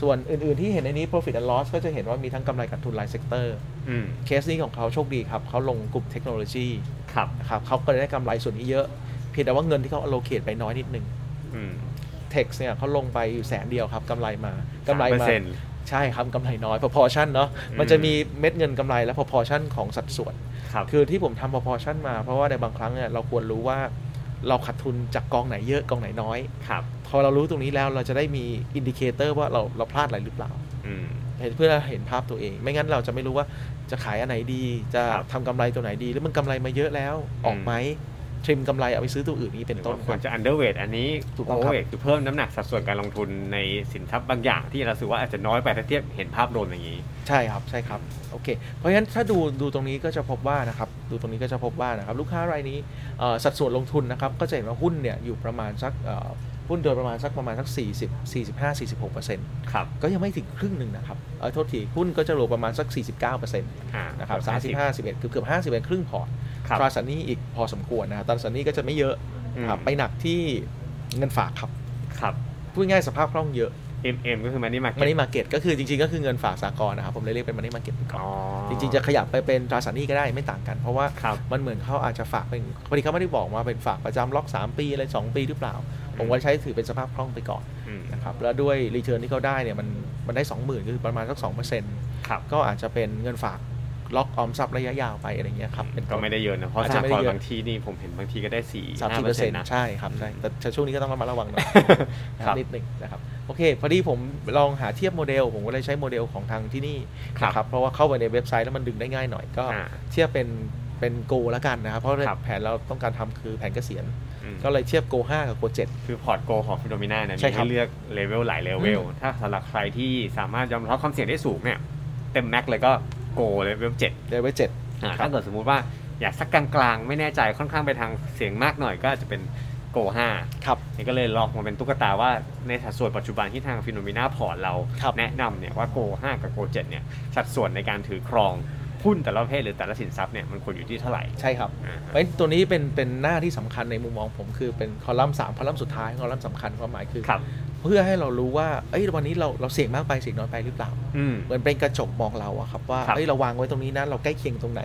ส่วนอื่นๆที่เห็นในนี้ profit and loss ก็จะเห็นว่ามีทั้งกำไรขาดทุนรายเซกเตอร์ อืม เคสนี้ของเขาโชคดีครับเขาลงกลุ่มเทคโนโลยี ครับ นะครับเขาก็เลยได้กำไรส่วนนี้เยอะ เพียงแต่ว่าเงินที่เขา allocate ไปน้อยนิดนึง อืม Tex เนี่ยเขาลงไปอยู่แสนเดียวครับกำไรมากำไร เปอ มา ร์เซ็นต์ ใช่ครับกำไรน้อย proportion เนาะ อืม มันจะมีเม็ดเงินกำไรและ proportion ของสัดส่วน ครับ คือที่ผมทำ proportion มาเพราะว่าในบางครั้งเนี่ยเราควรรู้ว่าเราขาดทุนจากกองไหนเยอะกองไหนน้อย ครับ พอเรารู้ตรงนี้แล้วเราจะได้มี indicator ว่าเราเราพลาดอะไรหรือเปล่า อืม เห็นเพื่อเห็นภาพตัวเอง ไม่งั้นเราจะไม่รู้ว่าจะขายอันไหนดี จะ ครับ ทำกำไรตัวไหนดี หรือมันกำไรมาเยอะแล้ว อืม ออกไหมทริมกำไรเอาไปซื้อตัวอื่นนี้เป็นต้น หรือว่าคคว รั ร บ จะ underweight อันนี้ ถูกต้องครับ overweight คือเพิ่มน้ำหนักสัดส่วนการลงทุนในสินทรัพย์บางอย่างที่เราสึกว่าอาจจะน้อยไปถ้าเทียบเห็นภาพรวมอย่างนี้ ใช่ครับใช่ครับโอเค เพราะฉะนั้นถ้าดูดูตรงนี้ก็จะพบว่านะครับดูตรงนี้ก็จะพบว่านะครับลูกค้ารายนี้เอ่อสัดส่วนลงทุนนะครับก็จะเห็นว่าหุ้นเนี่ยอยู่ประมาณสักเอ่อหุ้นโดยประมาณสักประมาณสัก 40 45 46เปอร์เซ็นต์ ครับ ก็ยังไม่ถึงครึ่งหนึ่งนะครับเออโทษทีหุ้นก็จะรวมประมาณสัก 49เปอร์เซ็นต์ อ่า นะครับ35 11เกือบเกือบ50เป็นครึ่งพอร์ต ครับ ตราสารหนี้อีกพอสมควรนะครับตราสารหนี้ก็จะไม่เยอะ อืม ครับไปหนักที่เงินฝากครับ ครับ พูดง่ายสภาพคล่องเยอะ MM ก็คือ money market มันนี่มาเก็ตก็คือจริงๆ ก็คือเงินฝากสากลนะครับผมเลยเรียกเป็นมันนี่มาเก็ต อ๋อ จริงๆ จะขยับไปเป็นตราสารหนี้ก็ได้ไม่ต่างกัน เพราะว่า ครับ มันเหมือนเขาอาจจะฝากเป็นพอดีเขาไม่ได้บอกมาเป็นฝากประจำล็อก 3 ปีอะไร2ปีหรือเปล่า ผมว่าใช้ถือเป็นสภาพคล่องไปก่อน อืม นะครับแล้วด้วยรีเทิร์นที่เขาได้เนี่ยมันมันได้ 20,000ก็คือประมาณสัก2% ครับ ก็อาจจะเป็นเงินฝากล็อกออมทรัพย์ระยะยาวไปอะไรอย่างเงี้ยครับเป็น ก็ ต้น ไม่ได้เยอะนะ เพราะ อาจ สา จะกไม่รได้เย ณ์ อะ บางทีนี่ผมเห็นบางทีก็ได้สี่ สามสิบ ห้า เปอร์เซ็นต์ นะ ใช่ครับใช่แต่แต่ช่วงนี้ก็ต้องระมัดระวังหน่อย ครับ นิดหนึ่งนะครับโอเค พอดีผมลองหาเทียบโมเดล ผมก็เลยใช้โมเดลของทางที่นี่ ครับ นะครับเพราะว่าเข้าไปในเว็บไซต์แล้วมันดึงได้ง่ายหน่อยก็ อ่า เทียบเป็นเป็นโกแล้วกันนะครับ เพราะ ครับ แผนเราต้องการทำคือแผนเกษียณ อืม ก็เลยเทียบโก5กับโก คือพอร์ตโกของฟิโนมิน่าเนี่ยมี ใช่ครั ให้ บ เลือกเลเวลหลายเลเวล ถ้าสำหรับใครที่สามารถยอมรับความเสี่ยงได้สูงเนี่ย เต็มแม็กเลยก็โกเลเวลเจ็ด 7เลเวล7 อ่า ครับ ถ้าเกิดสมมุติว่าอยากสักกลางๆ ไม่แน่ใจค่อนข้างไปทางเสียงมากหน่อยก็อาจจะเป็นโกห้า ครับ นี่ก็เลยลอกมาเป็นตุ๊กตาว่าในสัดส่วนปัจจุบันที่ทางฟิโนมิน่าพอร์ตเรา ครับ แนะนำเนี่ยว่าโกห้ากับโกเจ็ดเนี่ยสัดส่วนในการถือครองหุ้นแต่ละประเภทหรือแต่ละสินทรัพย์เนี่ยมันควรอยู่ที่เท่าไหร่ ใช่ครับ อ่า เพราะฉะนั้นตัวนี้เป็นเป็นหน้าที่สำคัญในมุมมองผมคือเป็นคอลัมน์สามคอลัมน์สุดท้ายคอลัมน์สำคัญความหมายคือ ครับ เพื่อให้เรารู้ว่าเอ้ยวันนี้เราเราเสี่ยงมากไปเสี่ยงน้อยไปหรือเปล่า อืม เหมือนเป็นกระจกมองเราอะครับว่า ครับ เอ้ยเราวางไว้ตรงนี้นะเราใกล้เคียงตรงไหน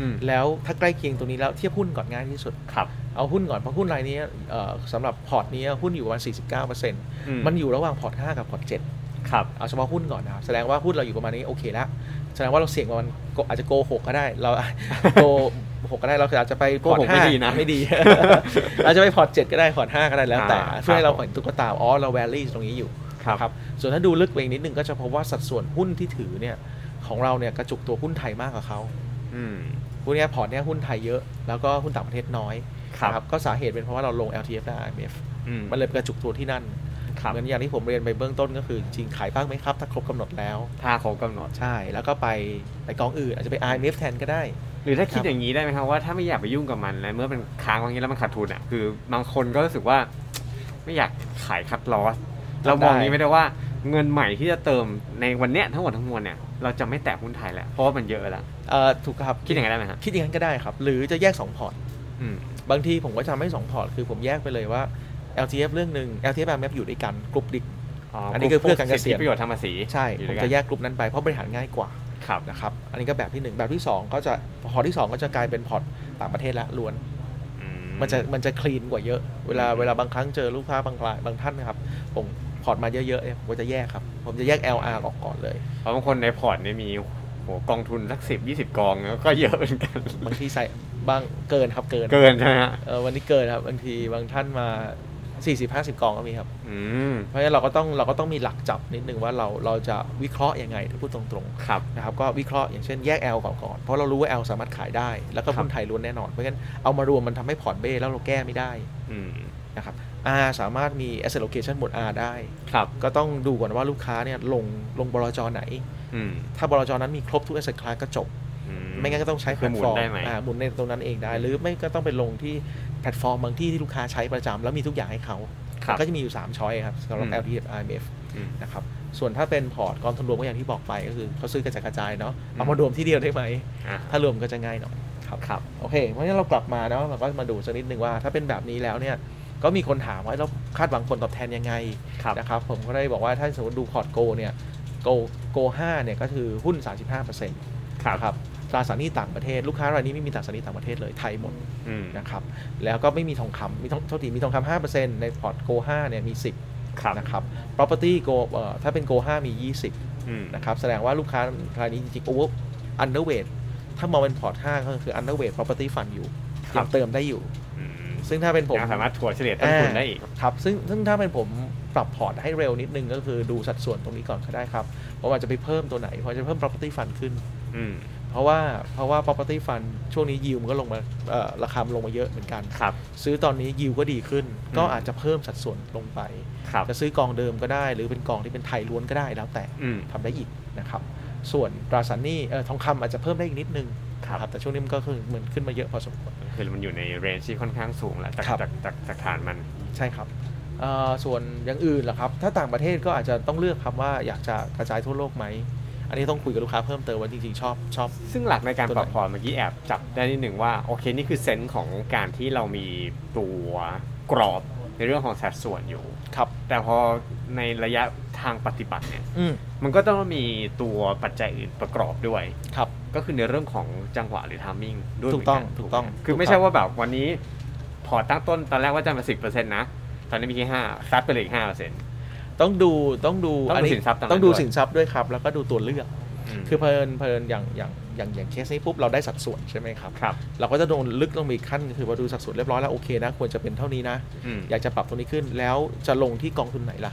อืม แล้วถ้าใกล้เคียงตรงนี้แล้วเทียบหุ้นก่อนง่ายที่สุด ครับ เอาหุ้นก่อนเพราะหุ้นรายนี้เอ่อสำหรับพอร์ตนี้หุ้นอยู่ประมาณ 49%มันอยู่ระหว่างพอร์ต 5 กับพอร์ต 7 ครับ เอาเฉพาะหุ้นก่อนนะครับแสดงว่าหุ้นเราอยู่ประมาณนี้โอเคแล้วแสดงว่าเราเสี่ยงประมาณโกอาจจะโกหกก็ได้เรา โกหกก็ได้เราอาจจะไปพอร์ โกห ต ก ห้า ไม่ดีนะ ไม่ดี อาจจะไปพอร์ตเจ็ดก็ได้พอร์ตห้าก็ได้แล้วแต่ อ่า เพื่อให้เรา ครับ เห็นตุ๊กตาอ๋อเราแวลี่ตรงนี้อยู่ ครับ ครับส่วนถ้าดูลึกไปอีกนิดนึงก็จะพบว่าสัดส่วนหุ้นที่ถือเนี่ยของเราเนี่ยกระจุกตัวหุ้นไทยมากกว่าเขา อืม พูดง่ายๆพอร์ตเนี่ยหุ้นไทยเยอะ แล้วก็หุ้นต่างประเทศน้อย ครับ นะก็สาเหตุเป็นเพราะว่าเราลง LTF และ IMF อืม มันเลยกระจุกตัวที่นั่น ครับ เหมือนอย่างที่ผมเรียนไปเบื้องต้นก็คือจริงขายบ้างไหมครับ ถ้าครบกำหนดแล้ว ถ้าเขากำหนด ใช่แล้วก็ไปไปกองอื่น อาจจะไป IMF แทนก็ได้ หรือถ้าคิด ครับ อย่างนี้ได้ไหมครับว่าถ้าไม่อยากไปยุ่งกับมันแล้วเมื่อเป็นค้างไว้อย่างนี้แล้วมันขาดทุนอ่ะคือบางคนก็รู้สึกว่าไม่อยากขายคัดลอสเรามองอย่างนี้ไม่ได้ว่าเงินใหม่ที่จะเติมในวันเนี้ยทั้งหมดทั้งมวลเนี่ยเราจะไม่แตะหุ้นไทยแล้วเพราะว่ามันเยอะแล้ว เอ่อถูกครับ คิดอย่างนั้นได้ไหมฮะ คิดอย่างนั้นก็ได้ครับ หรือจะแยก 2 พอร์ต อืม บางทีผมก็ทำให้ 2 พอร์ต คือผมแยกไปเลยว่า LTF เรื่องหนึ่ง LTF IMF อยู่ด้วยกันกลุ่มดิก อันนี้คือเพื่อการเกษียณ สิทธิประโยชน์ทางภาษี ใช่ อยู่ ผ ด้วยมกัน จะแยกกลุ่มนั้นไปเพราะบริหารง่ายกว่า ครับ นะครับอันนี้ก็แบบที่หนึ่งแบบที่สองก็จะพอร์ตที่สองก็จะกลายเป็นพอร์ตต่างประเทศละล้วน มันจะมันจะคลีนกว่าเยอะ เวลา อืม เวลาบางครั้งเจอลูกค้าบางรายบางท่านนะครับผมพอร์ตมาเยอะๆเนี่ยผมก็จะแยกครับ ผมจะแยก LR ออกก่อนเลย เพราะบางคนในพอร์ตเนี่ยมีโหกองทุนสักสิบยี่สิบกองแล้วก็เยอะเหมือนกัน บางทีใส่บางเกินครับเกิน เกินใช่ไหมฮะ เออวันนี้เกินครับบางทีบางท่านมา 40 50 กองก็มีครับ อืม เพราะฉะนั้นเราก็ต้องเราก็ต้องมีหลักจับนิดนึงว่าเราเราจะวิเคราะห์ยังไงถ้าพูดตรง ครับ ๆนะครับก็วิเคราะห์อย่างเช่นแยก L ก่อนก่อนเพราะเรารู้ว่า L สามารถขายได้ แล้วก็ ครับ หุ้นไทยล้วนแน่นอนเพราะฉะนั้นเอามารวมมันทำให้พอร์ตเบ้แล้วเราแก้ไม่ได้ อืม นะครับ R สามารถมี asset allocation หมวด R ได้ ครับ ก็ต้องดูก่อนว่าลูกค้าเนี่ยลงลงบลจไหน อืม ถ้าบลจนั้นมีครบทุก asset class ก็จบ อื ไม่งั้นก็ต้องใช้แพลตฟอร์ม คือหมุนได้ไหม อ่าหมุนในตรงนั้นเองได้ หรือไม่ก็ต้องไปลงที่แพลตฟอร์มบางที่ที่ลูกค้าใช้ประจำแล้วมีทุกอย่างให้เขา ครับ ก็จะมีอยู่ 3 ช้อยครับสำหรับ อืม LTF IMF อืม นะครับ ส่วนถ้าเป็นพอร์ตกองทุนรวมก็อย่างที่บอกไปก็คือเขาซื้อกระจายกระจายเนาะ อืม เอามารวมที่เดียวได้ไหม อ่ะ ถ้ารวมก็จะง่ายหน่อยครับ ครับ โอเคเพราะฉะนั้นเรากลับมาเนาะเราก็มาดูสักนิดหนึ่งว่า ถ้าเป็นแบบนี้แล้วเนี่ยก็มีคนถามว่าเราคาดหวังผลตอบแทนยังไง ครับ นะครับผมก็ได้บอกว่าถ้าสมมติดูพอร์ตโกเนี่ยโกโกห้าเนี่ยก็คือหุ้น 35%น ครับ ะครับตราสารหนี้ต่างประเทศ ลูกค้ารายนี้ไม่มีตราสารหนี้ต่างประเทศเลยไทยหมด อืม นะครับแล้วก็ไม่มีทองคำมีทองเท่าทีมีทองคำ5%ในพอร์ตโก5เนี่ยมี ครับ 10นะครับ property โกเอ่อถ้าเป็นโก5มี อืม 20นะครับแสดงว่าลูกค้ารายนี้จริงๆ over underweight ถ้ามองเป็นพอร์ต5ก็คือ underweight property fund อยู่ยังเติมได้อยู่ อืม ซึ่งถ้าเป็นผม ยังสามารถถั่วเฉลี่ยต้นทุนได้อีก ครับซึ่งซึ่งถ้าเป็นผมปรับพอร์ตให้เร็วนิดนึงก็คือดูสัดส่วนตรงนี้ก่อนก็ได้ครับผมอาจจะไปเพิ่มตัวไหนผมอาจจะเพิ่ม property fund ขึ้น อืม เพราะว่าเพราะว่า property fund ช่วงนี้ยิวมันก็ลงมาเอ่อราคามันลงมาเยอะเหมือนกัน ครับ ซื้อตอนนี้ยิวก็ดีขึ้น อืม ก็อาจจะเพิ่มสัดส่วนลงไป ครับ จะซื้อกองเดิมก็ได้ หรือเป็นกองที่เป็นไทยล้วนก็ได้แล้วแต่ อืม ทำได้อีกนะครับ ส่วนตราสารหนี้เอ่อทองคำอาจจะเพิ่มได้อีกนิดนึง ครับ นะแต่ช่วงนี้มันก็คือเหมือนขึ้นมาเยอะพอสมควร คือมันอยู่ในเรนจ์ที่ค่อนข้างสูงแล้วจาก ครับ จากจากจากฐานมัน ใช่ครับเอ่อส่วนอย่างอื่นล่ะครับ ถ้าต่างประเทศก็อาจจะต้องเลือกครับว่าอยากจะกระจายทั่วโลกไหม อันนี้ต้องคุยกับลูกค้าเพิ่มเติมว่าจริงๆ ชอบชอบ ซึ่งหลักในการ ตัวไหน ปรับพอร์ตเมื่อกี้แอบจับได้นิดหนึ่งว่า โอเค นี่คือเซนส์ของการที่เรามีตัวกรอบในเรื่องของสัดส่วนอยู่ ครับ แต่พอในระยะทางปฏิบัติเนี่ย อืม มันก็ต้องมีตัวปัจจัยอื่นประกอบด้วย ครับ ก็คือในเรื่องของจังหวะหรือทามมิ่งด้วย ถูกต้อง เหมืนน ถูกต้อง คือไม่ ถูกครับ ใช่ว่าแบบวันนี้พอร์ตตั้งต้นตอนแรกว่าจะมาสิบเปอร์เซ็นต์นะ ตอนนี้มีแค่ห้าซัดไปเลยอีกห้าเปอร์เซ็นต์ ต้องดูต้องดู ต้องดู นี้ สินทรัพย์ตามนั้น ต้องดู ด้วย สินทรัพย์ด้วยครับ แล้วก็ดูตัวเลือก คือเพลินเพลินอย่างอย่างอย่างอย่างเคสนี้ปุ๊บเราได้สัดส่วนใช่ไหมครับ ครับ เราก็จะโดนลึกลงไปอีกขั้นคือว่าดูสัดส่วนเรียบร้อยแล้วโอเคนะควรจะเป็นเท่านี้นะ อืม อยากจะปรับตรงนี้ขึ้นแล้วจะลงที่กองทุนไหนล่ะ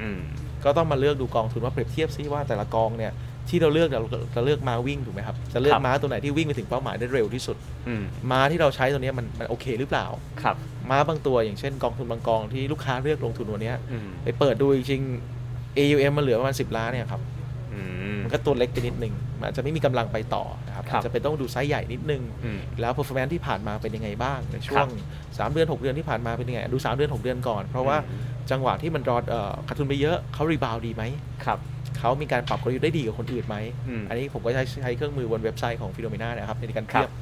อืม ก็ต้องมาเลือกดูกองทุนว่าเปรียบเทียบซิว่าแต่ละกองเนี่ยที่เราเลือกเนี่ยเราจะเลือกม้าวิ่งถูกไหมครับจะเลือกม้าตัวไหนที่วิ่งไปถึงเป้าหมายได้เร็วที่สุด อืม ม้าที่เราใช้ตัวเนี้ยมันมันโอเคหรือเปล่า ครับ ม้าบางตัวอย่างเช่นกองทุนบางกองที่ลูกค้าเลือกลงทุนวันเนี้ย อืม ไปเปิดดูจริงๆ AUM มันเหลือประมาณ10 ล้านเนี่ยครับ อืม มันก็ตัวเล็กไปนิดนึงมันอาจจะไม่มีกำลังไปต่อนะครับ ครับ อาจจะเป็นต้องดูไซส์ใหญ่นิดนึง อืม แล้ว performance ที่ผ่านมาเป็นยังไงบ้างในช่ว ครั ง บ สามเดือนหกเดือนที่ผ่านมาเป็นยังไงดูสามเดือนหกเดือนก่อน เพราะว่าจังหวะที่มันรอดเอ่อขาดทุนไปเยอะเขารีบาวดีไหม ครับ เขามีการปรับกลยุทธ์ได้ดีกว่าคนอื่นไหม อืม อันนี้ผมก็ใช้ใช้เครื่องมือบนเว็บไซต์ของฟิโ o เมนานะครับในการ ครั เที บ ยบ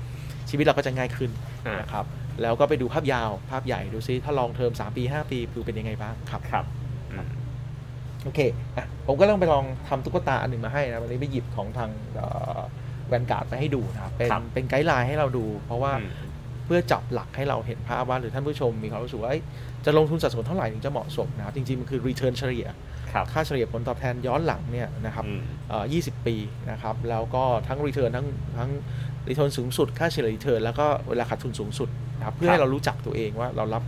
ชีวิตเราก็จะง่ายขึ้น อ่า นะครับ แล้วก็ไปดูภาพยาวภาพใหญ่ดูซิถ้าลองเทอม 3 ปี 5 ปีดูเป็นยังไงบ้างครับ ครับอืม โอเคอ่ะผมก็ต้องไปลองทำตุ๊กตาอันหนึ่งมาให้นะวันนี้ไปหยิบของทางแวนการ์ดมาให้ดูนะครับ เป็น ครับ เป็นไกด์ไลน์ให้เราดู เพราะว่า อืม เพื่อจับหลักให้เราเห็นภาพว่าหรือท่านผู้ชมมีความรู้สึกว่าเอ้ยจะลงทุนสัดส่วนเท่าไหร่ถึงจะเหมาะสมนะครับจริงๆมันคือ return เฉลี่ย ครับ ค่าเฉลี่ยผลตอบแทนย้อนหลังเนี่ยนะครับ อืม เอ่อ20 ปีนะครับ แล้วก็ทั้งรีเทิร์นทั้งทั้งรีเทิร์นสูงสุด ค่าเฉลี่ยรีเทิร์นแล้วก็เวลาขาดทุนสูงสุดนะครับ เพื่อให้เรารู้จักตัวเองว่าเรารับ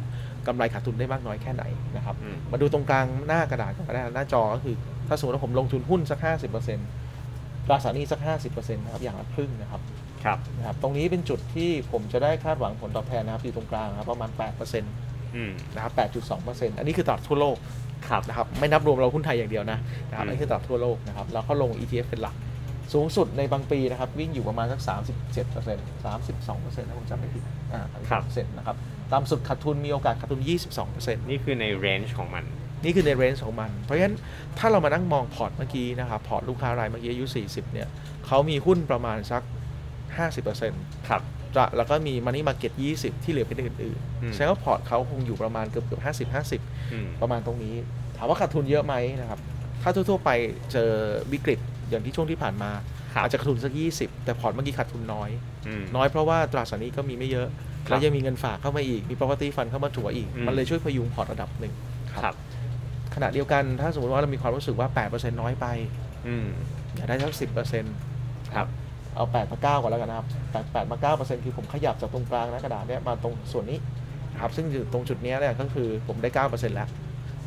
กำไรขาดทุนได้มากน้อยแค่ไหนนะครับ อืม มาดูตรงกลางหน้ากระดาษก่อนก็ได้นะหน้าจอก็คือ ถ้าสมมติว่าผมลงทุนหุ้นสัก 50%ตราสารหนี้สัก 50%นะครับ อย่างละครึ่งนะครับ ครับ นะครับตรงนี้เป็นจุดที่ผมจะได้คาดหวังผลตอบแทนนะครับอยู่ตรงกลางนะครับประมาณ8% อืม นะครับ8.2%อันนี้คือตลาดทั่วโลก ครับ นะครับไม่นับรวมเราหุ้นไทยอย่างเดียวนะนะครับ อืม อันนี้คือตลาดทั่วโลกนะครับแล้วก็ลง ETF เป็นหลัก สูงสุดในบางปีนะครับวิ่งอยู่ประมาณสัก 37% 32%ถ้าผมจำไม่ผิดอ่า32%นะครับตามสุดขาดทุนมีโอกาสขาดทุน 22% นี่คือในเรนจ์ของมัน นี่คือในเรนจ์ของมัน เพราะฉะนั้นถ้าเรามานั่งมองพอร์ตเมื่อกี้นะครับ พอร์ตลูกค้ารายเมื่อกี้อายุ 40 เนี่ยเขามีหุ้นประมาณสัก 50% ครับ จะแล้วก็มีมันนี่มาเก็ต20 ที่เหลือเป็นอื่น อืม ๆแสดงว่าพอร์ตเขาคงอยู่ประมาณเกือบเกือบ50 อืม 50 ประมาณตรงนี้ ถามว่าขาดทุนเยอะไหมนะครับ ถ้าทั่วๆไปเจอวิกฤตอย่างที่ช่วงที่ผ่านมา ครับ อาจจะขาดทุนสัก 20 แต่พอร์ตเมื่อกี้ขาดทุนน้อย อืม น้อยเพราะว่าตราสารหนี้ก็มีไม่เยอะ ครับ แล้วยังมีเงินฝากเข้ามาอีกมี property fund เข้ามาถัวอีก อืม มันเลยช่วยพยุงพอร์ตระดับหนึ่ง ครับ ขณะเดียวกันถ้าสมมติว่าเรามีความรู้สึกว่า 8%น้อยไป อืม อยากได้สัก10% ครับ เอา8มา9ก่อนแล้วกันนะครับ8 8มา9%คือผมขยับจากตรงกลางนะกระดาษเนี่ยมาตรงส่วนนี้นะครับซึ่งอยู่ตรงจุดเนี้ยเนี่ยก็คือผมได้ 9%แล้ว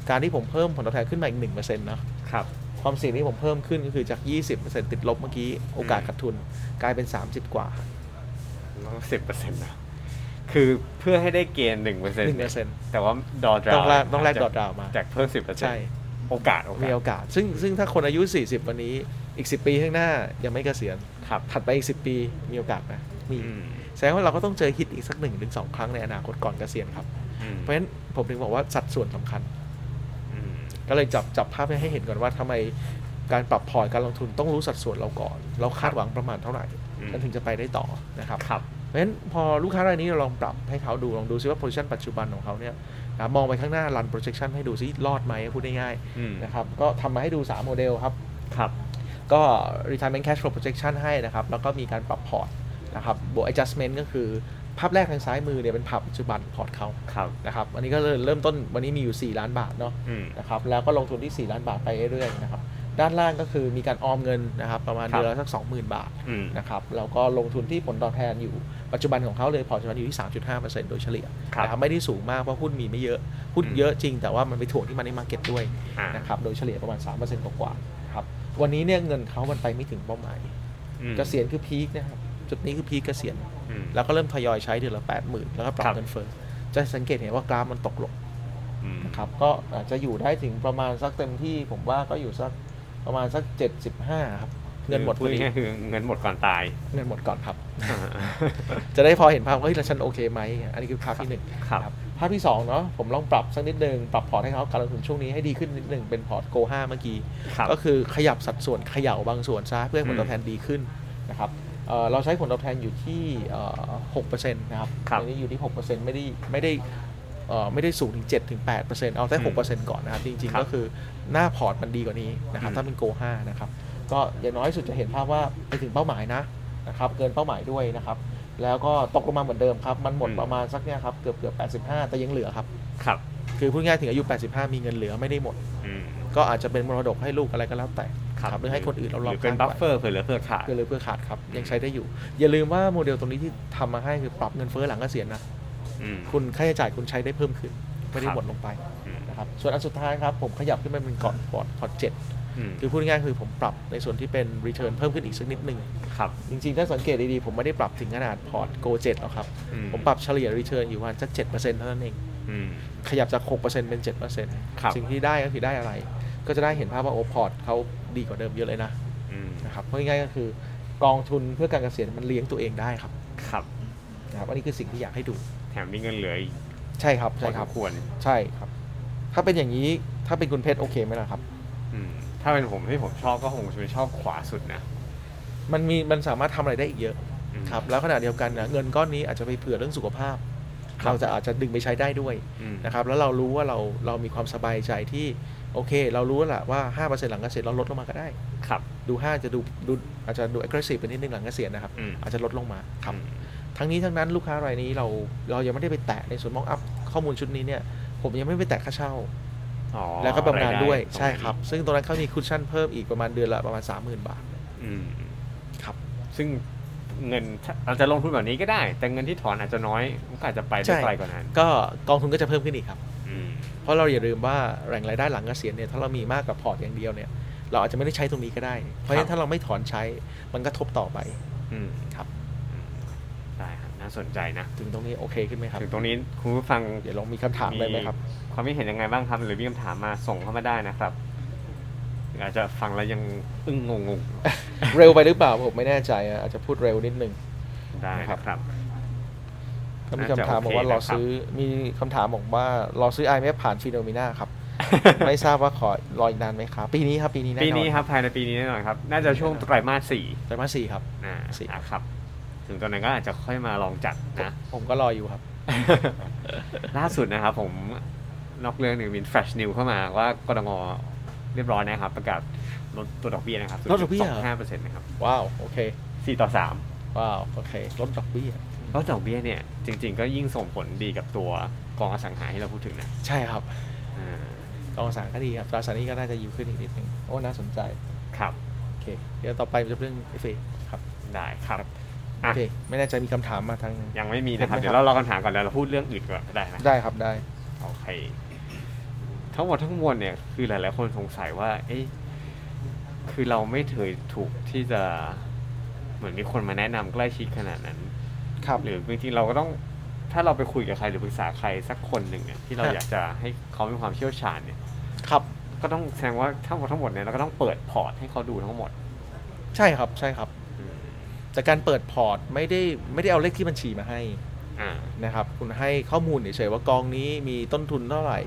การที่ผมเพิ่มผลตอบแทนขึ้นมาอีก1%นะครับ ความเสี่ยงที่ผมเพิ่มขึ้นก็คือจาก 20%ติดลบเมื่อกี้โอกาสขาดทุนกลายเป็น 30 กว่า สิบเปอร์เซ็นต์นะ คือเพื่อให้ได้เกณฑ์หนึ่งเปอร์เซ็นต์ 1% แต่ว่าดอดรา ต้องแลกต้องแลกดอทดาวมา จากเพิ่มสิบเปอร์เซ็น ใช่ ต์โอกาสโอ มี กาส โอกาส ซึ่งซึ่งถ้าคนอายุ 40 วันนี้อีก 10 ปีข้างหน้ายังไม่เกษียณ ครับ ถัดไปอีก 10 ปีมีโอกาสไหมมี อืม แสดงว่าเราก็ต้องเจอฮิตอีกสักหนึ่งถึงสองครั้งในอนาคตก่อนเกษียณครับ อืม เพราะฉะนั้นผมถึงบอกว่าสัดส่วนสำคัญ อืม ก็เลยจับจับภาพให้เห็นก่อนว่าทำไมการปรับพอร์ตการลงทุนต้องรู้สัดส่วนเราก่อน เราคาดหวังประมาณเท่าไหร่ อืม มันถึงจะไปได้ต่อนะครับ ครับ เพราะฉะนั้นพอลูกค้ารายนี้เราลองปรับให้เขาดูลองดูซิว่า position ปัจจุบันของเขาเนี่ยนะมองไปข้างหน้า run projection ให้ดูซิรอดไหมพูดง่าย อืม ๆนะครับก็ทำมาให้ดู 3 โมเดลครับ ครับ ก็ retirement cash flow projection ให้นะครับ แล้วก็มีการปรับพอร์ตนะครับบวก adjustment ก็คือภาพแรกทางซ้ายมือเนี่ยเป็นภาพปัจจุบันพอร์ตเขา ครับ นะครับอันนี้ก็เลยเริ่มต้นวันนี้มีอยู่ 4 ล้านบาทเนาะ อืม นะครับ แล้วก็ลงทุนที่ 4 ล้านบาทไปเรื่อยๆนะครับ ด้านล่างก็คือมีการออมเงินนะครับ ประมาณ ครับ เดือนละสัก 20,000 บาท อืม นะครับ แล้วก็ลงทุนที่ผลตอบแทนอยู่ปัจจุบันของเขาเลยพอร์ตปัจจุบันอยู่ที่ 3.5%โดยเฉลี่ย ครับ นะครับไม่ได้สูงมากเพราะหุ้นมีไม่เยอะหุ้น อืม เยอะจริง แต่ว่ามันไปถ่วงที่มันในมาเก็ตด้วย อ่า นะครับ โดยเฉลี่ยประมาณ 3%กว่าๆครับ วันนี้เนี่ยเงินเขามันไปไม่ถึงเป้าหมาย อืม เกษียณคือพีคนะครับ จุดนี้คือพีคเกษียณ อืม แล้วก็เริ่มทยอยใช้เดือนละ 80,000 แล้วก็ปรั ครับ บ เงินเฟ้อ จะสังเกตเห็นว่ากราฟมันตกลง อืม นะครับ ก็อาจจะอยู่ได้ถึงประมาณสักเต็มที่ ผมว่าก็อยู่สักประมาณสัก 75 ครับ เงินหมดพ คือ อ ดี พูง่ายๆคือเงินหมดก่อนตาย เงินหมดก่อน ครับ จะได้พอเห็นภาพว่าเฮ้ยแล้วฉันโอเคไหม อันนี้คือภาพที่หนึ่ง ครับ ครับภาพที่2เนาะผมลองปรับสักนิดนึง ปรับพอร์ตให้เขาการลงทุนช่วงนี้ให้ดีขึ้นนิดนึงเป็นพอร์ตโก5เมื่อกี้ ครับ ก็คือขยับสัดส่วนเขย่าบางส่วนซะเพื่อให้ผล อืม ตอบแทนดีขึ้นนะครับเอ่อเราใช้ผลตอบแทนอยู่ที่หกเปอร์เซ็นต์นะครับ ครับ อันนี้อยู่ที่หกเปอร์เซ็นต์ไม่ได้ไม่ได้เอ่อไม่ได้สูงถึง7ถึง8เปอร์เซ็นต์เอาแต่ อืม หกเปอร์เซ็นต์ก่อนนะครับ จริง ครับๆก็คือหน้าพอร์ตมันดีกว่านี้นะครับ อืม ถ้าเป็นโก5นะครับก็อย่างน้อยสุดจะเห็นภาพว่าไปถึงเป้าหมายนะนะครับเกินเป้าหมายด้วยนะครับแล้วก็ตกลงมาเหมือนเดิมครับมันหมดประมาณสักเนี่ยครับเกือบเกือบ85 แต่ยังเหลือครับ ครับ คือพูดง่ายๆถึงอายุ 85 มีเงินเหลือไม่ได้หมด อืม ก็อาจจะเป็นมรดกให้ลูกอะไรก็แล้วแต่ ครับ หรือให้คนอื่นเรา ห ลอ รื ง อเป็น ข้าง บัฟ ไว้ เฟอร์เผื่อเหลือเผื่อขาด เกินเลยเพื่อขาดครับ ยังใช้ได้อยู่ อย่าลืมว่าโมเดลตรงนี้ที่ทำมาให้คือปรับเงินเฟ้อหลังเกษียณนะ อืม คุณค่าใช้จ่ายคุณใช้ได้เพิ่มขึ้น ไม่ได้ ครับ หมดลงไป อืม นะครับ ส่วนอันสุดท้ายครับ ผมขยับขึ้นไปเป็นก่อนพอร์ตพอร์ตเจ็ด อืม คือพูดง่ายๆคือผมปรับในส่วนที่เป็น return เพิ่มขึ้นอีกสักนิดหนึ่ง ครับ จริงๆ ถ้าสังเกตดีๆผมไม่ได้ปรับถึงขนาดพอร์ตโกเจ็ดหรอกครับ อื ผมปรับเฉลี่ย return อยู่ประมาณสัก7%เท่านั้นเอง อืม ขยับจาก 6%เป็น 7% ครับ สิ่งที่ได้ก็คือได้อะไร ก็จะได้เห็นภาพว่าโอพอร์ตเขาดีกว่าเดิมเยอะเลยนะ อืม นะครับพูดง่ายๆก็คือกองทุนเพื่อการเกษียณมันเลี้ยงตัวเองได้ครับ ครับ นะครับอันนี้คือสิ่งที่อยากให้ดู แถมมีเงินเหลืออีก ใช่ครับ พอ ใช่ ส ครับ มควร ใช่ครับ ถ้าเป็นอย่างนี้ถ้าเป็นคุณเพชรโอเคไหมล่ะครับ อืมถ้าเป็นผมที่ผมชอบก็คงจะเป็นชอบขวาสุดนะ มันมีมันสามารถทำอะไรได้อีกเยอะ อืม ครับแล้วขณะเดียวกันนะเงินก้อนนี้อาจจะไปเผื่อเรื่องสุขภาพ ครับ เราจะอาจจะดึงไปใช้ได้ด้วย อืม นะครับแล้วเรารู้ว่าเราเรามีความสบายใจที่โอเค เรารู้แหละว่า5%หลังเกษียณเราลดลงมาก็ได้ ครับ ดู5จะดูดูอาจจะดู aggressive ไปนิดนึงหลังเกษียณนะครับ อืม อาจจะลดลงมาครับ อืม ทั้งนี้ทั้งนั้นลูกค้ารายนี้เราเรายังไม่ได้ไปแตะในส่วนมองอัพข้อมูลชุดนี้เนี่ยผมยังไม่ไปแตะค่าเช่า อ๋อ แล้วก็บำนาญด้วย รไตงนี้ ใช่ครับ ซึ่งตรงนั้นเขามีคุชชั่นเพิ่มอีกประมาณเดือนละประมาณ 30,000 บาท อืม ครับ ซึ่งเงินถ้าเราจะลงทุนแบบนี้ก็ได้ แต่เงินที่ถอนอาจจะน้อยมันก็อาจจะไปได้ไกลกว่านั้น ก็กองทุนก็จะเพิ่มขึ้นอีกครับ อืม เพราะเราอย่าลืมว่าแหล่งรายได้หลังเกษียณเนี่ยถ้าเรามีมากกว่าพอร์ตอย่างเดียวเนี่ยเราอาจจะไม่ได้ใช้ตรงนี้ก็ได้ เพราะฉะนั้นถ้าเราไม่ถอนใช้มันก็ทบต่อไป อืม ครับ ได้ครับน่าสนใจนะ ถึงตรงนี้โอเคขึ้นไหมครับ ถึงตรงนี้คุณผู้ฟัง เดี๋ยวลองมีคำถามได้ไหมครับ ความคิดเห็นยังไงบ้างครับ หรือมีคำถามมาส่งเข้ามาได้นะครับหรืออาจจะฟังแล้วยังอึ้งงง เร็วไปหรือเปล่าผมไม่แน่ใจอะอาจจะพูดเร็วนิดนึง ๆได้ ครับ นะครับ ก็มีคำถามบอกว่า น่าจะโอเคนะครับ รอซื้อมีคำถามบอกว่ารอซื้อ IMF ผ่านฟีโนมิน่าครับ ไม่ทราบว่าขอรออีกนานไหมครับ ปีนี้ครับปีนี้แน่นอน ปีนี้ครับภายในปีนี้แน่นอนครับ น่าจะช่วงไตรมาสสี่ ไตรมาสสี่ครับ นะ สี่ อ่ะครับ ถึงตอนนั้นก็อาจจะค่อยมาลองจัดนะ ผมก็รออยู่ครับ ล่าสุดนะครับผมนอกเรื่องหนึ่งมีแฟลชนิวเข้ามาว่ากรงเรียบร้อยนะครับ ประกาศลดตัวดอกเบี้ยนะครับ ลดดอกเบี้ยเหรอ ห้าเปอร์เซ็นต์นะครับ ว้าวโอเค สี่ต่อสาม ว้าวโอเคลดดอกเบี้ย ลดดอกเบี้ยเนี่ยจริง ๆ ก็ยิ่งส่งผลดีกับตัวกองอสังหาที่เราพูดถึงนะ ใช่ครับ อ่าก องสารก็ดีครับตราสารหนี้ก็น่าจะยิวขึ้นอีกนิดนึงโอ้น่าสนใจ ครับ โอเคเดี๋ยวต่อไปเป็นเรื่องเอฟเอครับ ได้ครับ โอเคไม่แน่ใจมีคำถามมาทาง ยังไม่มีนะครับ ครับ เดี๋ยวเรารอคำถามก่อนแล้วเราพูดเรื่องอื่นก่อนก็ได้นะ ได้ครับได้ โอเคทั้งหมดทั้งมวลเนี่ยคือหลาย ๆ คนสงสัยว่า เอ๊ะคือเราไม่เคยถูกที่จะเหมือนมีคนมาแนะนำใกล้ชิดขนาดนั้น ครับ หรือบางทีเราก็ต้องถ้าเราไปคุยกับใครหรือปรึกษาใครสักคนหนึ่งเนี่ยที่เรา ครับ อยากจะให้เขามีความเชี่ยวชาญเนี่ย ครับ ก็ต้องแสดงว่าทั้งหมดทั้งหมดเนี่ยเราก็ต้องเปิดพอร์ตให้เขาดูทั้งหมด ใช่ครับใช่ครับ อืม แต่การเปิดพอร์ตไม่ได้ไม่ได้เอาเลขที่บัญชีมาให้ อ่า นะครับคุณให้ข้อมูลเฉยๆว่ากองนี้มีต้นทุนเท่าไหร่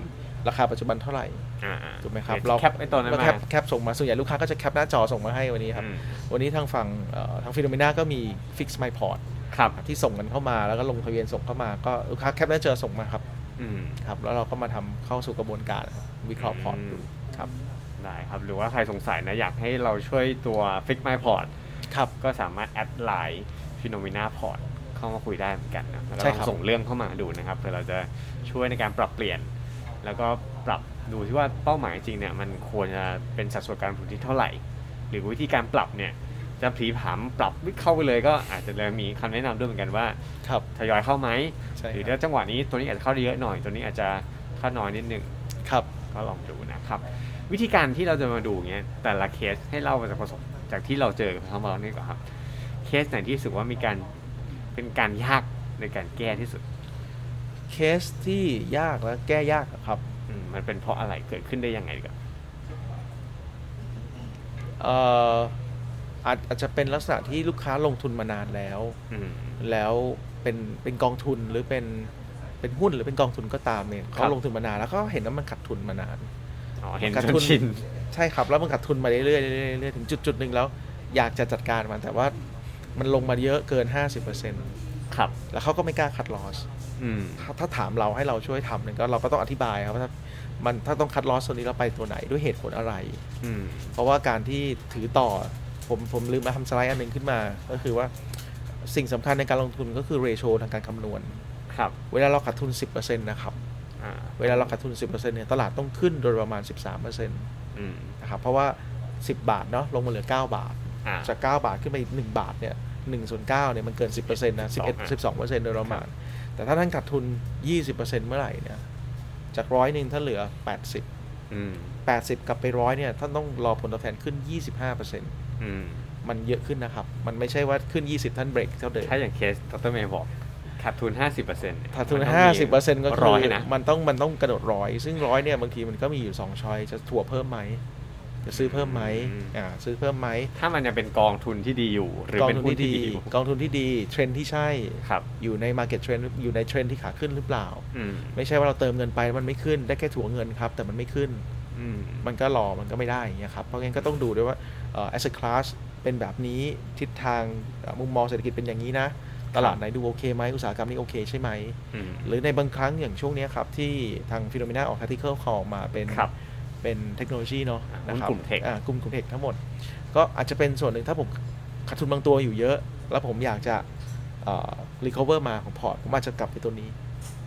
ราคาปัจจุบันเท่าไหร่ อ่า ถูกไหมครับ เรา เรา แคปไอ้ตัวนั้น แล้ว มา แคปแคปส่งมาส่วนใหญ่ลูกค้าก็จะแคปหน้าจอส่งมาให้วันนี้ครับ อืม วันนี้ทางฝั่งเอ่อทางฟิโนเมนาก็มี Fix My Port ครับ ที่ส่งกันเข้ามาแล้วก็ลงทะเบียนส่งเข้ามา ก็ลูกค้าแคปหน้าจอส่งมาครับ อืม ครับ แล้วเราก็มาทำเข้าสู่กระบวนการครับวิเคราะห์พอร์ตดูครับ ได้ครับหรือว่าใครสงสัยนะอยากให้เราช่วยตัวฟิกไมพอร์ต ครับ ก็สามารถแอดไลน์ฟิโนมิน่าพอร์ตเข้ามาคุยได้เหมือนกันนะแล้วก็ ใช่ ลอครับ งส่งเรื่องเข้ามาดูนะครับเพื่อเราจะช่วยในการปรับเปลี่ยน แล้วก็ปรับดูที่ว่าเป้าหมายจริงเนี่ยมันควรจะเป็นสัดส่วนการลงทุนที่เท่าไหร่ หรือวิธีการปรับเนี่ยจะผีผามปรับไม่เข้าไปเลยก็อาจจะเลยมีคำแนะนำด้วยเหมือนกันว่า ครับ ทยอยเข้าไหม ใช่ หรือ ครั ถ้า บ จังหวะนี้ตัวนี้อาจจะเข้าได้เยอะหน่อย ตัวนี้อาจจะเข้าน้อยนิดนึง ครับ ก็ลองดูนะครับ วิธีการที่เราจะมาดูเงี้ยแต่ละเคสให้เล่าจากประสบจากที่เราเจอทั้งหมดนี่ก่อนครับเคสไหนที่รู้สึกว่ามีการเป็นการยากในการแก้ที่สุด เคสที่ยากและแก้ยากอะครับ อืมมันเป็นเพราะอะไรเกิดขึ้นได้ยังไงดีกว่า เอ่ออาจอาจจะเป็นลักษณะที่ลูกค้าลงทุนมานานแล้ว อืม แล้วเป็นเป็นกองทุนหรือเป็นเป็นหุ้นหรือเป็นกองทุนก็ตามเนี่ย ครั เขา บ ลงทุนมานานแล้วก็เห็นว่ามันขาดทุนมานาน อ๋อเห็น การ์ จ ตู น น ชิน ใช่ครับแล้วมันขาดทุนมาเรื่อยๆเรื่อยๆเรื่อยๆถึงจุดจุดหนึ่งแล้วอยากจะจัดการมันแต่ว่ามันลงมาเยอะเกิน 50% ครับ แล้วเขาก็ไม่กล้าคัดลอส อืม ถ้าถ้าถามเราให้เราช่วยทำเนี่ยก็เราก็ต้องอธิบายครับว่าถ้ามันถ้าต้องคัดลอสตัวนี้เราไปตัวไหนด้วยเหตุผลอะไร อืม เพราะว่าการที่ถือต่อผมผมลืมมาทำสไลด์อันหนึ่งขึ้นมา ก็คือว่าสิ่งสำคัญในการลงทุนก็คือเรโซทางการคำนวณ ครับ เวลาเราขาดทุน 10%นะครับ อ่า เวลาเราขาดทุน 10%เนี่ยตลาดต้องขึ้นโดยประมาณ 13%น อืม ะครับเพราะว่า 10 บาทเนาะลงมาเหลือ 9 บาท อ่า จาก 9 บาทขึ้นไปอีก1บาทเนี่ย1ส่วน9เนี่ยมันเกิน 10%นะ11 12%โดยประมาณ แต่ถ้าท่านขาดทุน 20%เมื่อไหร่เนี่ยจากร้อยหนึ่งถ้าเหลือ 80 อืม 80 กลับไปร้อยเนี่ยท่านต้องรอผลตอบแทนขึ้น 25% อืม มันเยอะขึ้นนะครับ มันไม่ใช่ว่าขึ้น 20 ท่านเบรกเท่าเดิม ถ้าอย่างเคสดรเมย์บอกขาดทุน 50เปอร์เซ็นต์ ถ้าทุนห้าสิบเปอร์เซ็นต์ก็คื ร้ อ อยนะ มันต้องมันต้องกระโดดร้อย ซึ่งร้อยเนี่ยบางทีมันก็มีอยู่สองช้อยจะถั่วเพิ่มไหม จะซื้อเพิ่มไหม อืม อ่าซื้อเพิ่มไหม ถ้ามันยังเป็นกองทุนที่ดีอยู่ หรือก อง เป็น ทุน หุ้น ที่ ที่ ดี ดีอยู่ กองทุนที่ดีเทรนด์ที่ใช่ ครับ อยู่ใน market trend อยู่ในเทรนด์ที่ขาขึ้นหรือเปล่า อืม ไม่ใช่ว่าเราเติมเงินไปมันไม่ขึ้นได้แค่ถั่วเงินครับ แต่มันไม่ขึ้น อืม มันก็รอมันก็ไม่ได้อย่างเงี้ยครับเพราะงั้นก็ต้องดูด้วยว่าเอ่อ asset class เป็นแบบนี้ทิศทางเอ่อมุมมองเศรษฐกิจเป็นอย่างนี้นะ ตลาดไหนดูโอเคไหมอุตสาหกรรมนี้โอเคใช่ไหม อืม หรือในบางครั้งอย่างช่วงเนี้ยครับ ที่ทางฟิโนเมนาออกทาร์ติเคิลคออกมาเป็น ครับ เป็นเทคโนโลยีเนาะ อ่า นะครั หุ้นกลุ่มเทค อ่ากลุ่มกลุ่มเทคทั้งหมด ก็อาจจะเป็นส่วนหนึ่งถ้าผมขาดทุนบางตัวอยู่เยอะ แล้วผมอยากจะรีคอเวอร์มาของพอร์ตผมอาจจะกลับไปตัวนี้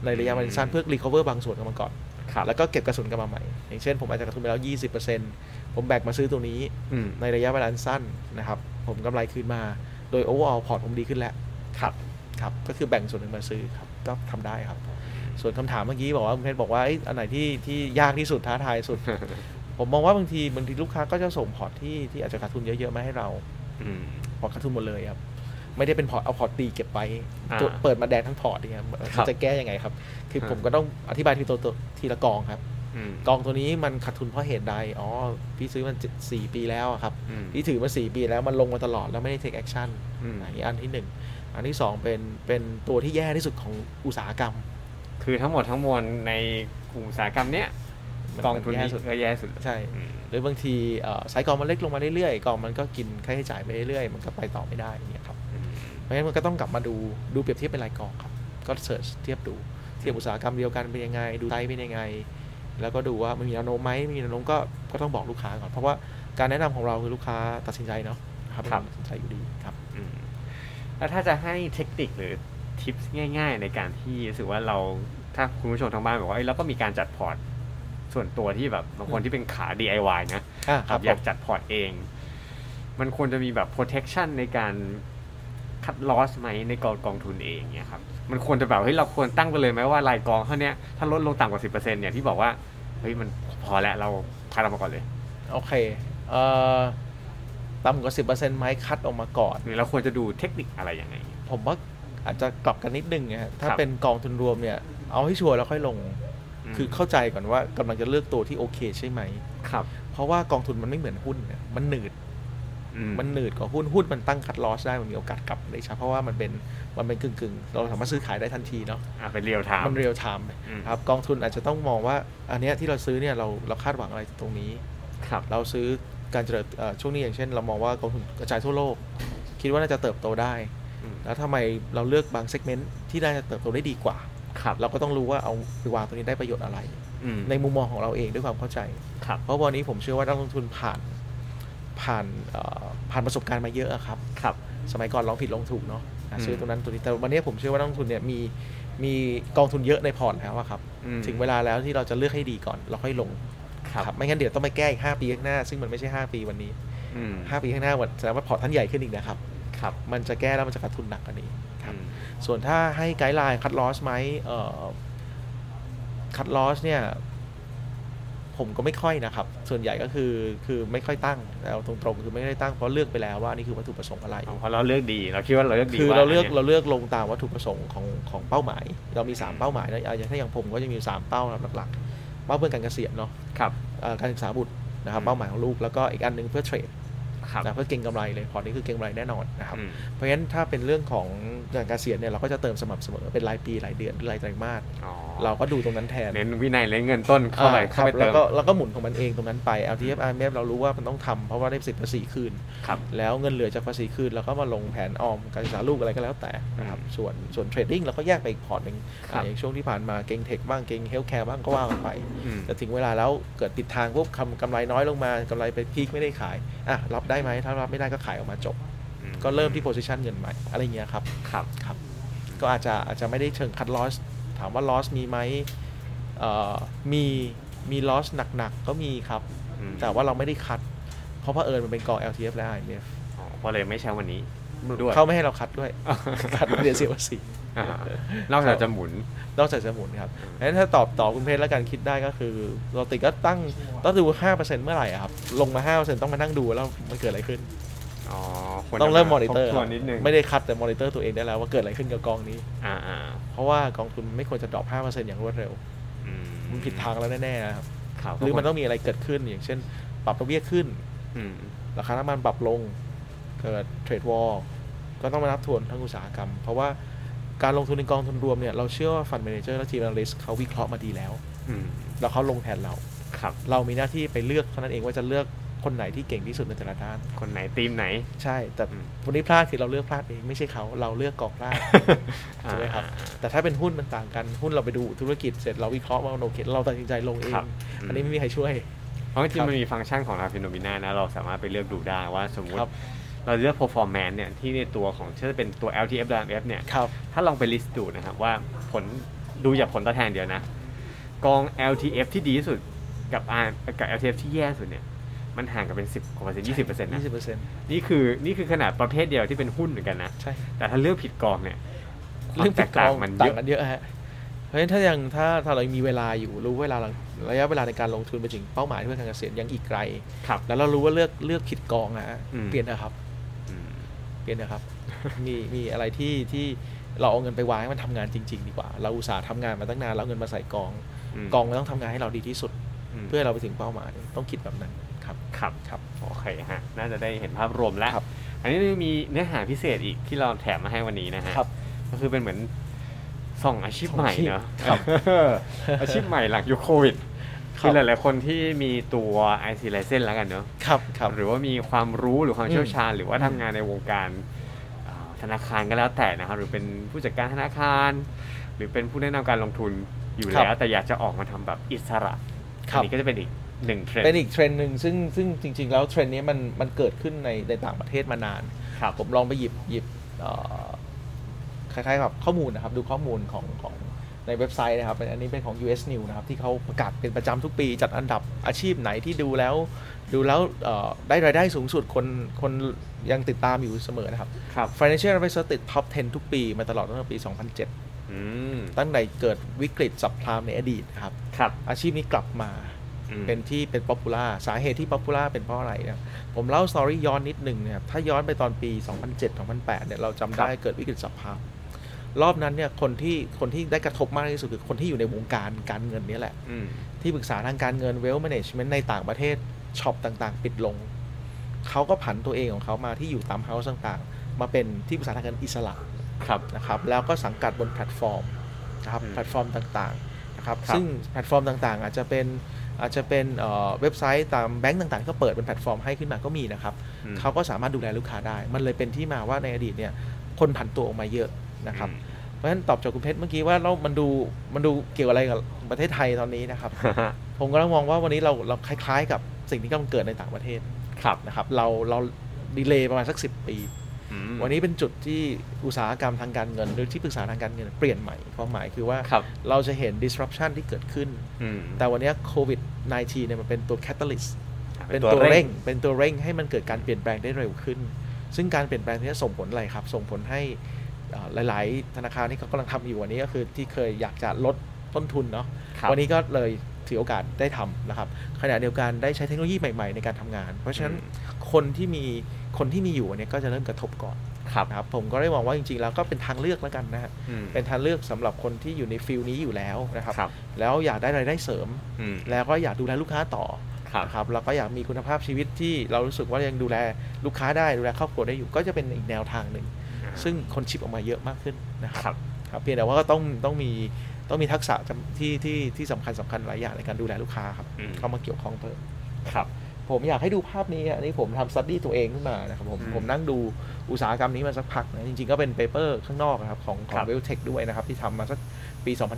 ในระยะเวลาสั้นเพื่อรีคอเวอร์บางส่วนกันมาก่อน ครับ แล้วก็เก็บกระสุนกลับมาใหม่ อย่างเช่นผมอาจจะขาดทุนไปแล้ว 20%ผมแบกมาซื้อตัวนี้ อืม ในระยะเวลาสั้นนะครับผมกำไรคืนมา โดยโอเวอร์ออพอร์ตผมดีขึ้นแล้ว ครับ ครับก็คือแบ่งส่วนหนึ่งมาซื้อครับก็ทำได้ครับ ส่วนคำถามเมื่อกี้บอกว่าคุณเพชรบอกว่าเอ้ยอันไหนที่ที่ยากที่สุดท้าทายสุด ผมมองว่าบางทีบางทีลูกค้าก็จะส่งพอร์ตที่ที่อาจจะขาดทุนเยอะๆมาให้เรา อืม พอร์ตขาดทุนหมดเลยครับ ไม่ได้เป็นพอร์ตเอาพอร์ตตีเก็บไว้ อ่า จะเปิดมาแดงทั้งพอร์ตเนี่ยมัน ครับ จะแก้ยังไงครับ คือ ฮะ ผมก็ต้องอธิบายทีละตัวทีละกองครับ อืม กองตัวนี้มันขาดทุนเพราะเหตุใดอ๋อพี่ซื้อมันเจ็ดสี่ปีแล้วอะครับ อืม พี่ถือมาสี่ปีแล้วมันลงมาตลอดแล้วไม่ได้ take action อืม อันนี้อันที่หนึ่งอันที่สองเป็นเป็นตัวที่แย่ที่สุดของอุตสาหกรรม คือทั้งหมดทั้งมวลในกลุ่มอุตสาหกรรมเนี้ย มั กองทุน มั นี้ แย่สุด ก็แย่สุด ใช่ อืม หรือบางทีเอ่อไซส์กองมันเล็กลงมาเรื่อยๆกองมันก็กินค่าใช้จ่ายไปเรื่อยๆ มันก็ไปต่อไม่ได้อย่างเงี้ยครับ อืม เพราะฉะนั้นมันก็ต้องกลับมาดูดูเปรียบเทียบเป็นรายกองครับ ก็เสิร์ชเทียบดูเทียบอุตสาหกรรมเดียวกันเป็นยังไง ดูไซส์เป็นยังไง แล้วก็ดูว่ามันมีแนวโน้มไหมไม่มีแนวโน้มก็ก็ต้องบอกลูกค้าก่อน เพราะว่าการแนะนำของเราคือลูกค้าตัดสินใจเนาะครับเป็นคนตัดสินใจอยู่ดีครับ อืมแล้วถ้าจะให้เทคนิคหรือทิปง่าย ๆ ในการที่รู้สึกว่าเราถ้าคุณผู้ชมทางบ้านบอกว่าเอ้ยเราก็มีการจัดพอร์ตส่วนตัวที่แบบบางคนที่เป็นขา DIY นะ อ่ะค ครั รั บบ อยากจัดพอร์ตเอง มันควรจะมีแบบ protection ในการคัดลอสไหมในกองกองทุนเองเนี่ยครับ มันควรจะแบบเฮ้ยเราควรตั้งไปเลยไหมว่ารายกองเท่าเนี้ยถ้าลดลงต่ำกว่าสิบเปอร์เซ็นต์เนี่ยที่บอกว่าเฮ้ยมันพอแล้วเราคัดออกมาก่อนเลย โอเคเอ่อต่ำกว่าสิบเปอร์เซ็นต์ไหมคัดออกมาก่อน หรือเราควรจะดูเทคนิคอะไรยังไง ผมว่าอาจจะกลับกันนิดนึงนะฮะถ้า ครับ เป็นกองทุนรวมเนี่ยเอาให้ชัวร์แล้วค่อยลง ม คือเข้าใจก่อนว่ากำลังจะเลือกตัวที่โอเคใช่ไหม ครับ เพราะว่ากองทุนมันไม่เหมือนหุ้นเนี่ยมันหนืด อืม มันหนืดกว่าหุ้น หุ้นมันตั้งคัดลอสได้ มันมีโอกาสกลับได้ช้าเพราะว่ามันเป็นมันเป็นกึ่งกึ่งๆ เราสามารถซื้อขายได้ทันทีเนาะ อ่ะเป็นเรียลไทม์ มันเรียลไทม์ครับ กองทุนอาจจะต้องมองว่า อันเนี้ยที่เราซื้อเนี่ยเราเราคาดหวังอะไรจากตรงนี้ ครับ เราซื้อการเจริญเอ่อช่วงนี้อย่างเช่น เรามองว่ากองทุนกระจายทั่วโลก คิดว่าน่าจะเติบโตได้ อืม แล้วทำไมเราเลือกบางเซกเมนต์ที่น่าจะเติบโตได้ดีกว่า ครับ เราก็ต้องรู้ว่าเอาไปวางตัวนี้ได้ประโยชน์อะไร อืม ในมุมมองของเราเองด้วยความเข้าใจ ครับ เพราะวันนี้ผมเชื่อว่านักลงทุนผ่านผ่านเอ่อผ่านประสบการณ์มาเยอะอะครับ ครับ สมัยก่อนลองผิดลองถูกเนาะอ่ะ อืม ซื้อตรงนั้นตัวนี้แต่วันนี้ผมเชื่อว่านักลงทุนเนี่ยมีมีกองทุนเยอะในพอร์ตแล้วอะครับ อืม ถึงเวลาแล้วที่เราจะเลือกให้ดีก่อนเราค่อยลง ครับ ไม่งั้นเดี๋ยวต้องไปแก้อีก5ปีข้างหน้า ซึ่งมันไม่ใช่ 5 ปีวันนี้ อืม 5 ปีข้างหน้าวันแสดงว่าพอร์ตท่านใหญ่ขึ้นอีกนะครับ ครับ มันจะแก้แล้วมันจะขาดทุนหนักกว่านี้ ครับ อืม ส่วนถ้าให้ไกด์ไลน์คัดลอสไหมเอ่อคัดลอสเนี่ย ผมก็ไม่ค่อยนะครับ ส่วนใหญ่ก็คือคือไม่ค่อยตั้งเอาตรงๆคือไม่ได้ตั้งเพราะเลือกไปแล้วว่าอันนี่คือวัตถุประสงค์อะไร เอาเพราะเราเลือกดีเราคิดว่าเราเลือกดี คือ ว่ เราเลือก นนี้ย เราเลือกลงตามวัตถุประสงค์ของของเป้าหมาย เรามี อืม 3 เป้าหมายนะอ่ะอย่างถ้าอย่างผมก็จะมี 3 เป้าหลักๆเป้าเพื่อการเกษียณเนาะ ครับ เอ่อการศึกษาบุตรนะครับเป้าหมายของลูกแล้วก็อีกอันหนึงเพื่อเทรด ครับ นะเพื่อเก็งกำไรเลยพอร์ตนี้คือเก็งกำไรแน่นอนนะครับ อืม เพราะฉะนั้นถ้าเป็นเรื่องของการเกษียณเนี่ยเราก็จะเติมสม่ำเสมอเป็นรายปีรายเดือนหรือรายไตรมาส อ๋อ เราก็ดูตรงนั้นแทน เน้นวินัยเน้นเงินต้นเข้าไป อ่าค เข้า รับ ไป แล้ เติ ว ม ก็เราก็หมุนของมันเองตรงนั้นไป LTF RMF เรารู้ว่ามันต้องทำเพราะว่าได้สิทธิ์ภาษีคืน ครับ แล้วเงินเหลือจากภาษีคืนเราก็มาลงแผนออมการศึกษาลูกอะไรก็แล้วแต่นะครับส่วนส่วนเทรดดิ้งเราก็แยกไปอีกพอร์ตหนึ่ง ครับ อ่ะอย่างช่วงที่ผ่านมาเก่งเทคบ้างเก่งเฮลท์แคร์บ้างก็ว่ากันไป อืม แต่ถึงเวลาแล้วเกิดติดทางปุ๊บคำกำไรน้อยลงมากำไรไปพีคไม่ได้ขายอ่ะรับได้ไหมถ้ารับไม่ได้ก็ขายออกมาจบ ก็เริ่มที่โพซิชันเงินใหม่อะไรเงี้ยครับ ครับ ครับ ก็อาจจะอาจจะไม่ได้เชิงคัดลอสถามว่าลอสมีไหมเอ่อมีมีลอสหนักๆก็มีครับ อืม แต่ว่าเราไม่ได้คัด เพราะเผอิญมันเป็นกอง LTF และ IMF อ๋อก็เลยไม่ใช่วัน นี้ด้วย เขาไม่ให้เราคัด ด้วย คัดเรียนเสียภาษี อ่าเราจะจะหมุน นอกจากจะหมุนครับงั้นถ้าตอบตอบคุณเพชรแล้วกันคิดได้ก็คือเราติดก็ตั้งต้องดู 5%เมื่อไหร่อะครับ ลงมา 5%ต้องมานั่งดูแล้วมันเกิดอะไรขึ้น อ๋อคว ต้องเริ่มมอนิเตอร์ ทบทวนนิดนึง ไม่ได้คัดแต่มอนิเตอร์ตัวเองได้แล้วว่าเกิดอะไรขึ้นกับกองนี้ อ่าอ่า เพราะว่ากองทุนไม่ควรจะดรอป5%อย่างรวดเร็ว อื มันผิดทางแล้วแน่ๆครับ ครับ หรือมันต้องมีอะไรเกิดขึ้น อย่างเช่น ปรับดอกเบี้ยขึ้น อืม ราคาน้ำมันปรับลงเกิดเทรดวอลก็ต้องมานับทวนทั้งอุตสาหกรรม เพราะว่าการลงทุนในกองทุนรวมเนี่ยเราเชื่อว่าฟันเมนเจอร์และทีมอนาลิสเขาวิเคราะห์มาดีแล้ว อืม แล้วเขาลงแทนเรา ครับ เรามีหน้าที่ไปเลือกเท่านั้นเองว่าจะเลือกคนไหนที่เก่งที่สุดในแต่ละด้าน คนไหนทีมไหน ใช่ แต่ อืม วันนี้พลาดคือเราเลือกพลาดเองไม่ใช่เขาเราเลือกกองพ ลาด ใช่ไหมครับ อ่า แต่ถ้าเป็นหุ้นมันต่างกันหุ้นเราไปดูธุรกิจเสร็จเราวิเคราะห์ว่ามันโอเคเราตัดสินใจลงเอง ครับ อันนี้ไม่มีใครช่วย เพราะจริ ครั งๆบมันมีฟังก์ชันของลาฟิโนบิน่านะ เราสามารถไปเลือกดูได้ว่าสมมุติ ครับ เราเลือก performance เนี่ยที่ในตัวของถ้าจะเป็นตัว LTF และ f เนี่ย ครับ ถ้าลองไปลิสต์ดูนะครับว่าผลดูจากผลตอบแทนเดียวนะ กอง LTF ที่ดีที่สุดกับ R กับ LTF ที่แย่สุดเนี่ยมันห่างกันเป็น 10กว่าเปอร์เซ็นต์20เปอร์เซ็นต์นะ ยี่สิบเปอร์เซ็นต์ นี่คือนี่คือขนาดประเภทเดียวที่เป็นหุ้นเหมือนกันนะ ใช่ แต่ถ้าเลือกผิดกองเนี่ย เรื่อง ความ แต แต ก ก ต่า ต่างง มั มัน น ต่า เย ง อะ กันเยอะฮะ เพราะฉะนั้นถ้ายังถ้าถ้าเรามีเวลาอยู่รู้เวลาระยะเวลาในการลงทุนไปถึงเป้าหมายเพื่อการเกษียณยังอีกไกล ครับ แล้วเรารู้ว่าเลือกเลือกผิดกองนะฮะ อืม เปลี่ยนเถอะครับ อืม เปลี่ยนเถอะครับ มีมีอะไรที่ที่เราเอาเงินไปวางให้มันทำงานจริง ๆ ดีกว่า เราอุตส่าห์ทำงานมาตั้งนานแล้วเอาเงินมาใส่กอง ม กองมันต้องทำงานให้เราดีที่สุด ม เพื่อให้เราไปถึงเป้าหมายต้องคิดแบบนั้นครับ ครับ ครับ โอเคฮะน่าจะได้เห็นภาพรวมแล้ว ครับ อันนี้มีเนื้อหาพิเศษอีกที่เราแถมมาให้วันนี้นะฮะ ครับ ก็คือเป็นเหมือนสองอาชีพ สอง ใหม่ อาชีพ เนอะ ครับ เออ อาชีพใหม่หลังยุคโควิด ครับ คือหลาย ๆ คนที่มีตัว IC license แล้วกันเนอะ ครับครับ หรือว่ามีความรู้หรือความเชี่ยว อืม ชาญ หรือว่าทำงานในวงการเอ่อธนาคารก็แล้วแต่นะครับ หรือเป็นผู้จัดการธนาคาร หรือเป็นผู้แนะนำการลงทุนอยู่ ครับ แล้ว แต่อยากจะออกมาทำแบบอิสระ ค อั รับ นี้ก็จะเป็นอีกหนึ่งเทรนด์ เป็นอีกเทรนด์หนึ่งซึ่งซึ่งจริง ๆ แล้วเทรนด์นี้มันมันเกิดขึ้นในในต่างประเทศมานาน ครับ ผมลองไปหยิบหยิบเอ่อคล้ายๆกับข้อมูลนะครับ ดูข้อมูลของของในเว็บไซต์นะครับ อันนี้เป็นของ US News นะครับ ที่เขาประกาศเป็นประจำทุกปี จัดอันดับอาชีพไหนที่ดูแล้ว ดูแล้วเอ่อได้รายได้สูงสุดคนคนยังติดตามอยู่เสมอนะครับ ครับ Financial Advisor ติด Top 10 ทุกปีมาตลอดตั้งแต่ปี อืม 2007 ตั้งแต่เกิดวิกฤตสับพรามในอดีตนะครับ ครับ อาชีพนี้กลับมา อืม เป็นที่เป็นป๊อปปูล่าสาเหตุที่ป๊อปปูล่าเป็นเพราะอะไรนะผมเล่าสตอรี่ย้อนนิดหนึ่งนะครับถ้าย้อนไปตอนปี 2007 2008เนี่ยเราจำได้เกิดวิกฤตสภาพ รอบนั้นเนี่ยคนที่คนที่ได้กระทบมากที่สุดคือคนที่อยู่ในวงการการเงินเนี่ยแหละ อืม ที่ปรึกษาทางการเงินเวล management ในต่างประเทศช็อปต่างๆ ปิดลง เขาก็ผันตัวเองของเขามาที่อยู่ตามเฮาส์ต่างๆ มาเป็นที่ปรึกษาทางการอิสระ ครับ นะครับแล้วก็สังกัดบนแพลตฟอร์มนะครับ อืม แพลตฟอร์มต่างๆนะครับ ครับ ซึ่งแพลตฟอร์มต่างๆ อาจจะเป็นอาจจะเป็นเอ่อเว็บไซต์ตามแบงก์ต่างๆ ก็เปิดเป็นแพลตฟอร์มให้ขึ้นมาก็มีนะครับ อืม เขาก็สามารถดูแลลูกค้าได้ มันเลยเป็นที่มาว่าในอดีตเนี่ยคนผันตัวออกมาเยอะนะครับ อืม เพราะฉะนั้นตอบจากคุณเพชรเมื่อกี้ว่าเรามันดูมันดูเกี่ยวอะไรกับประเทศไทยตอนนี้นะครับ ผมก็ลังมองว่าวันนี้เราเราคล้ายๆ กับสิ่งที่กำลังเกิดในต่างประเทศ ครับ นะครับเราเราดีเลย์ประมาณสัก 10 ปี อืม วันนี้เป็นจุดที่อุตสาหกรรมทางการเงิน หรือที่ปรึกษาทางการเงินเปลี่ยนใหม่ความหมายคือว่า ครับ เราจะเห็น disruption ที่เกิดขึ้น อืม แต่วันนี้โควิด -19 เนี่ยมันเป็นตัว catalyst อ่ะ เป็นตัวเร่ง เป็นตัวเร่งให้มันเกิดการเปลี่ยนแปลงได้เร็วขึ้น ซึ่งการเปลี่ยนแปลงนี้ส่งผลอะไรครับ ส่งผลให้เอ่อหลาย ๆ ธนาคารที่เขากำลังทำอยู่วันนี้ก็คือที่เคยอยากจะลดต้นทุนเนาะ ครับ วันนี้ก็เลยถือโอกาสได้ทำนะครับ ขณะเดียวกันได้ใช้เทคโนโลยีใหม่ ๆ ในการทำงาน เพราะฉะนั้นคนที่มีคนที่มีอยู่วันนี้ก็จะเริ่มกระทบก่อน ครับ นะครับผมก็ได้มองว่าจริงๆ แล้วก็เป็นทางเลือกแล้วกันนะฮะ อืม เป็นทางเลือกสำหรับคนที่อยู่ในฟิลนี้อยู่แล้วนะครับ ครับ แล้วอยากได้รายได้เสริม อืม แล้วก็อยากดูแลลูกค้าต่อ ครับ นะครับแล้วก็อยากมีคุณภาพชีวิตที่เรารู้สึกว่ายังดูแลลูกค้าได้ดูแลครอบครัวได้อยู่ก็จะเป็นอีกแนวทางหนึ่ง ซึ่งคนชิปออกมาเยอะมากขึ้นนะค ครับ รับ ครับเพียงแต่ว่าก็ต้องต้องมีต้องมีทักษะจำที่ที่ที่สำคัญสำคัญหลายอย่างในการดูแลลูกค้าครับ อืม เข้ามาเกี่ยวข้องเพิ่ม ครับ ผมอยากให้ดูภาพนี้อะอันนี้ผมทำสตัดดี้ตัวเองขึ้นมานะครับผม อืม ผมนั่งดูอุตสาหกรรมนี้มาสักพักนะจริงๆก็เป็นเปเปอร์ข้างนอกนะครับของขอ ครั ง บ เวลเทคด้วยนะครับ ที่ทำมาสักปี 2017น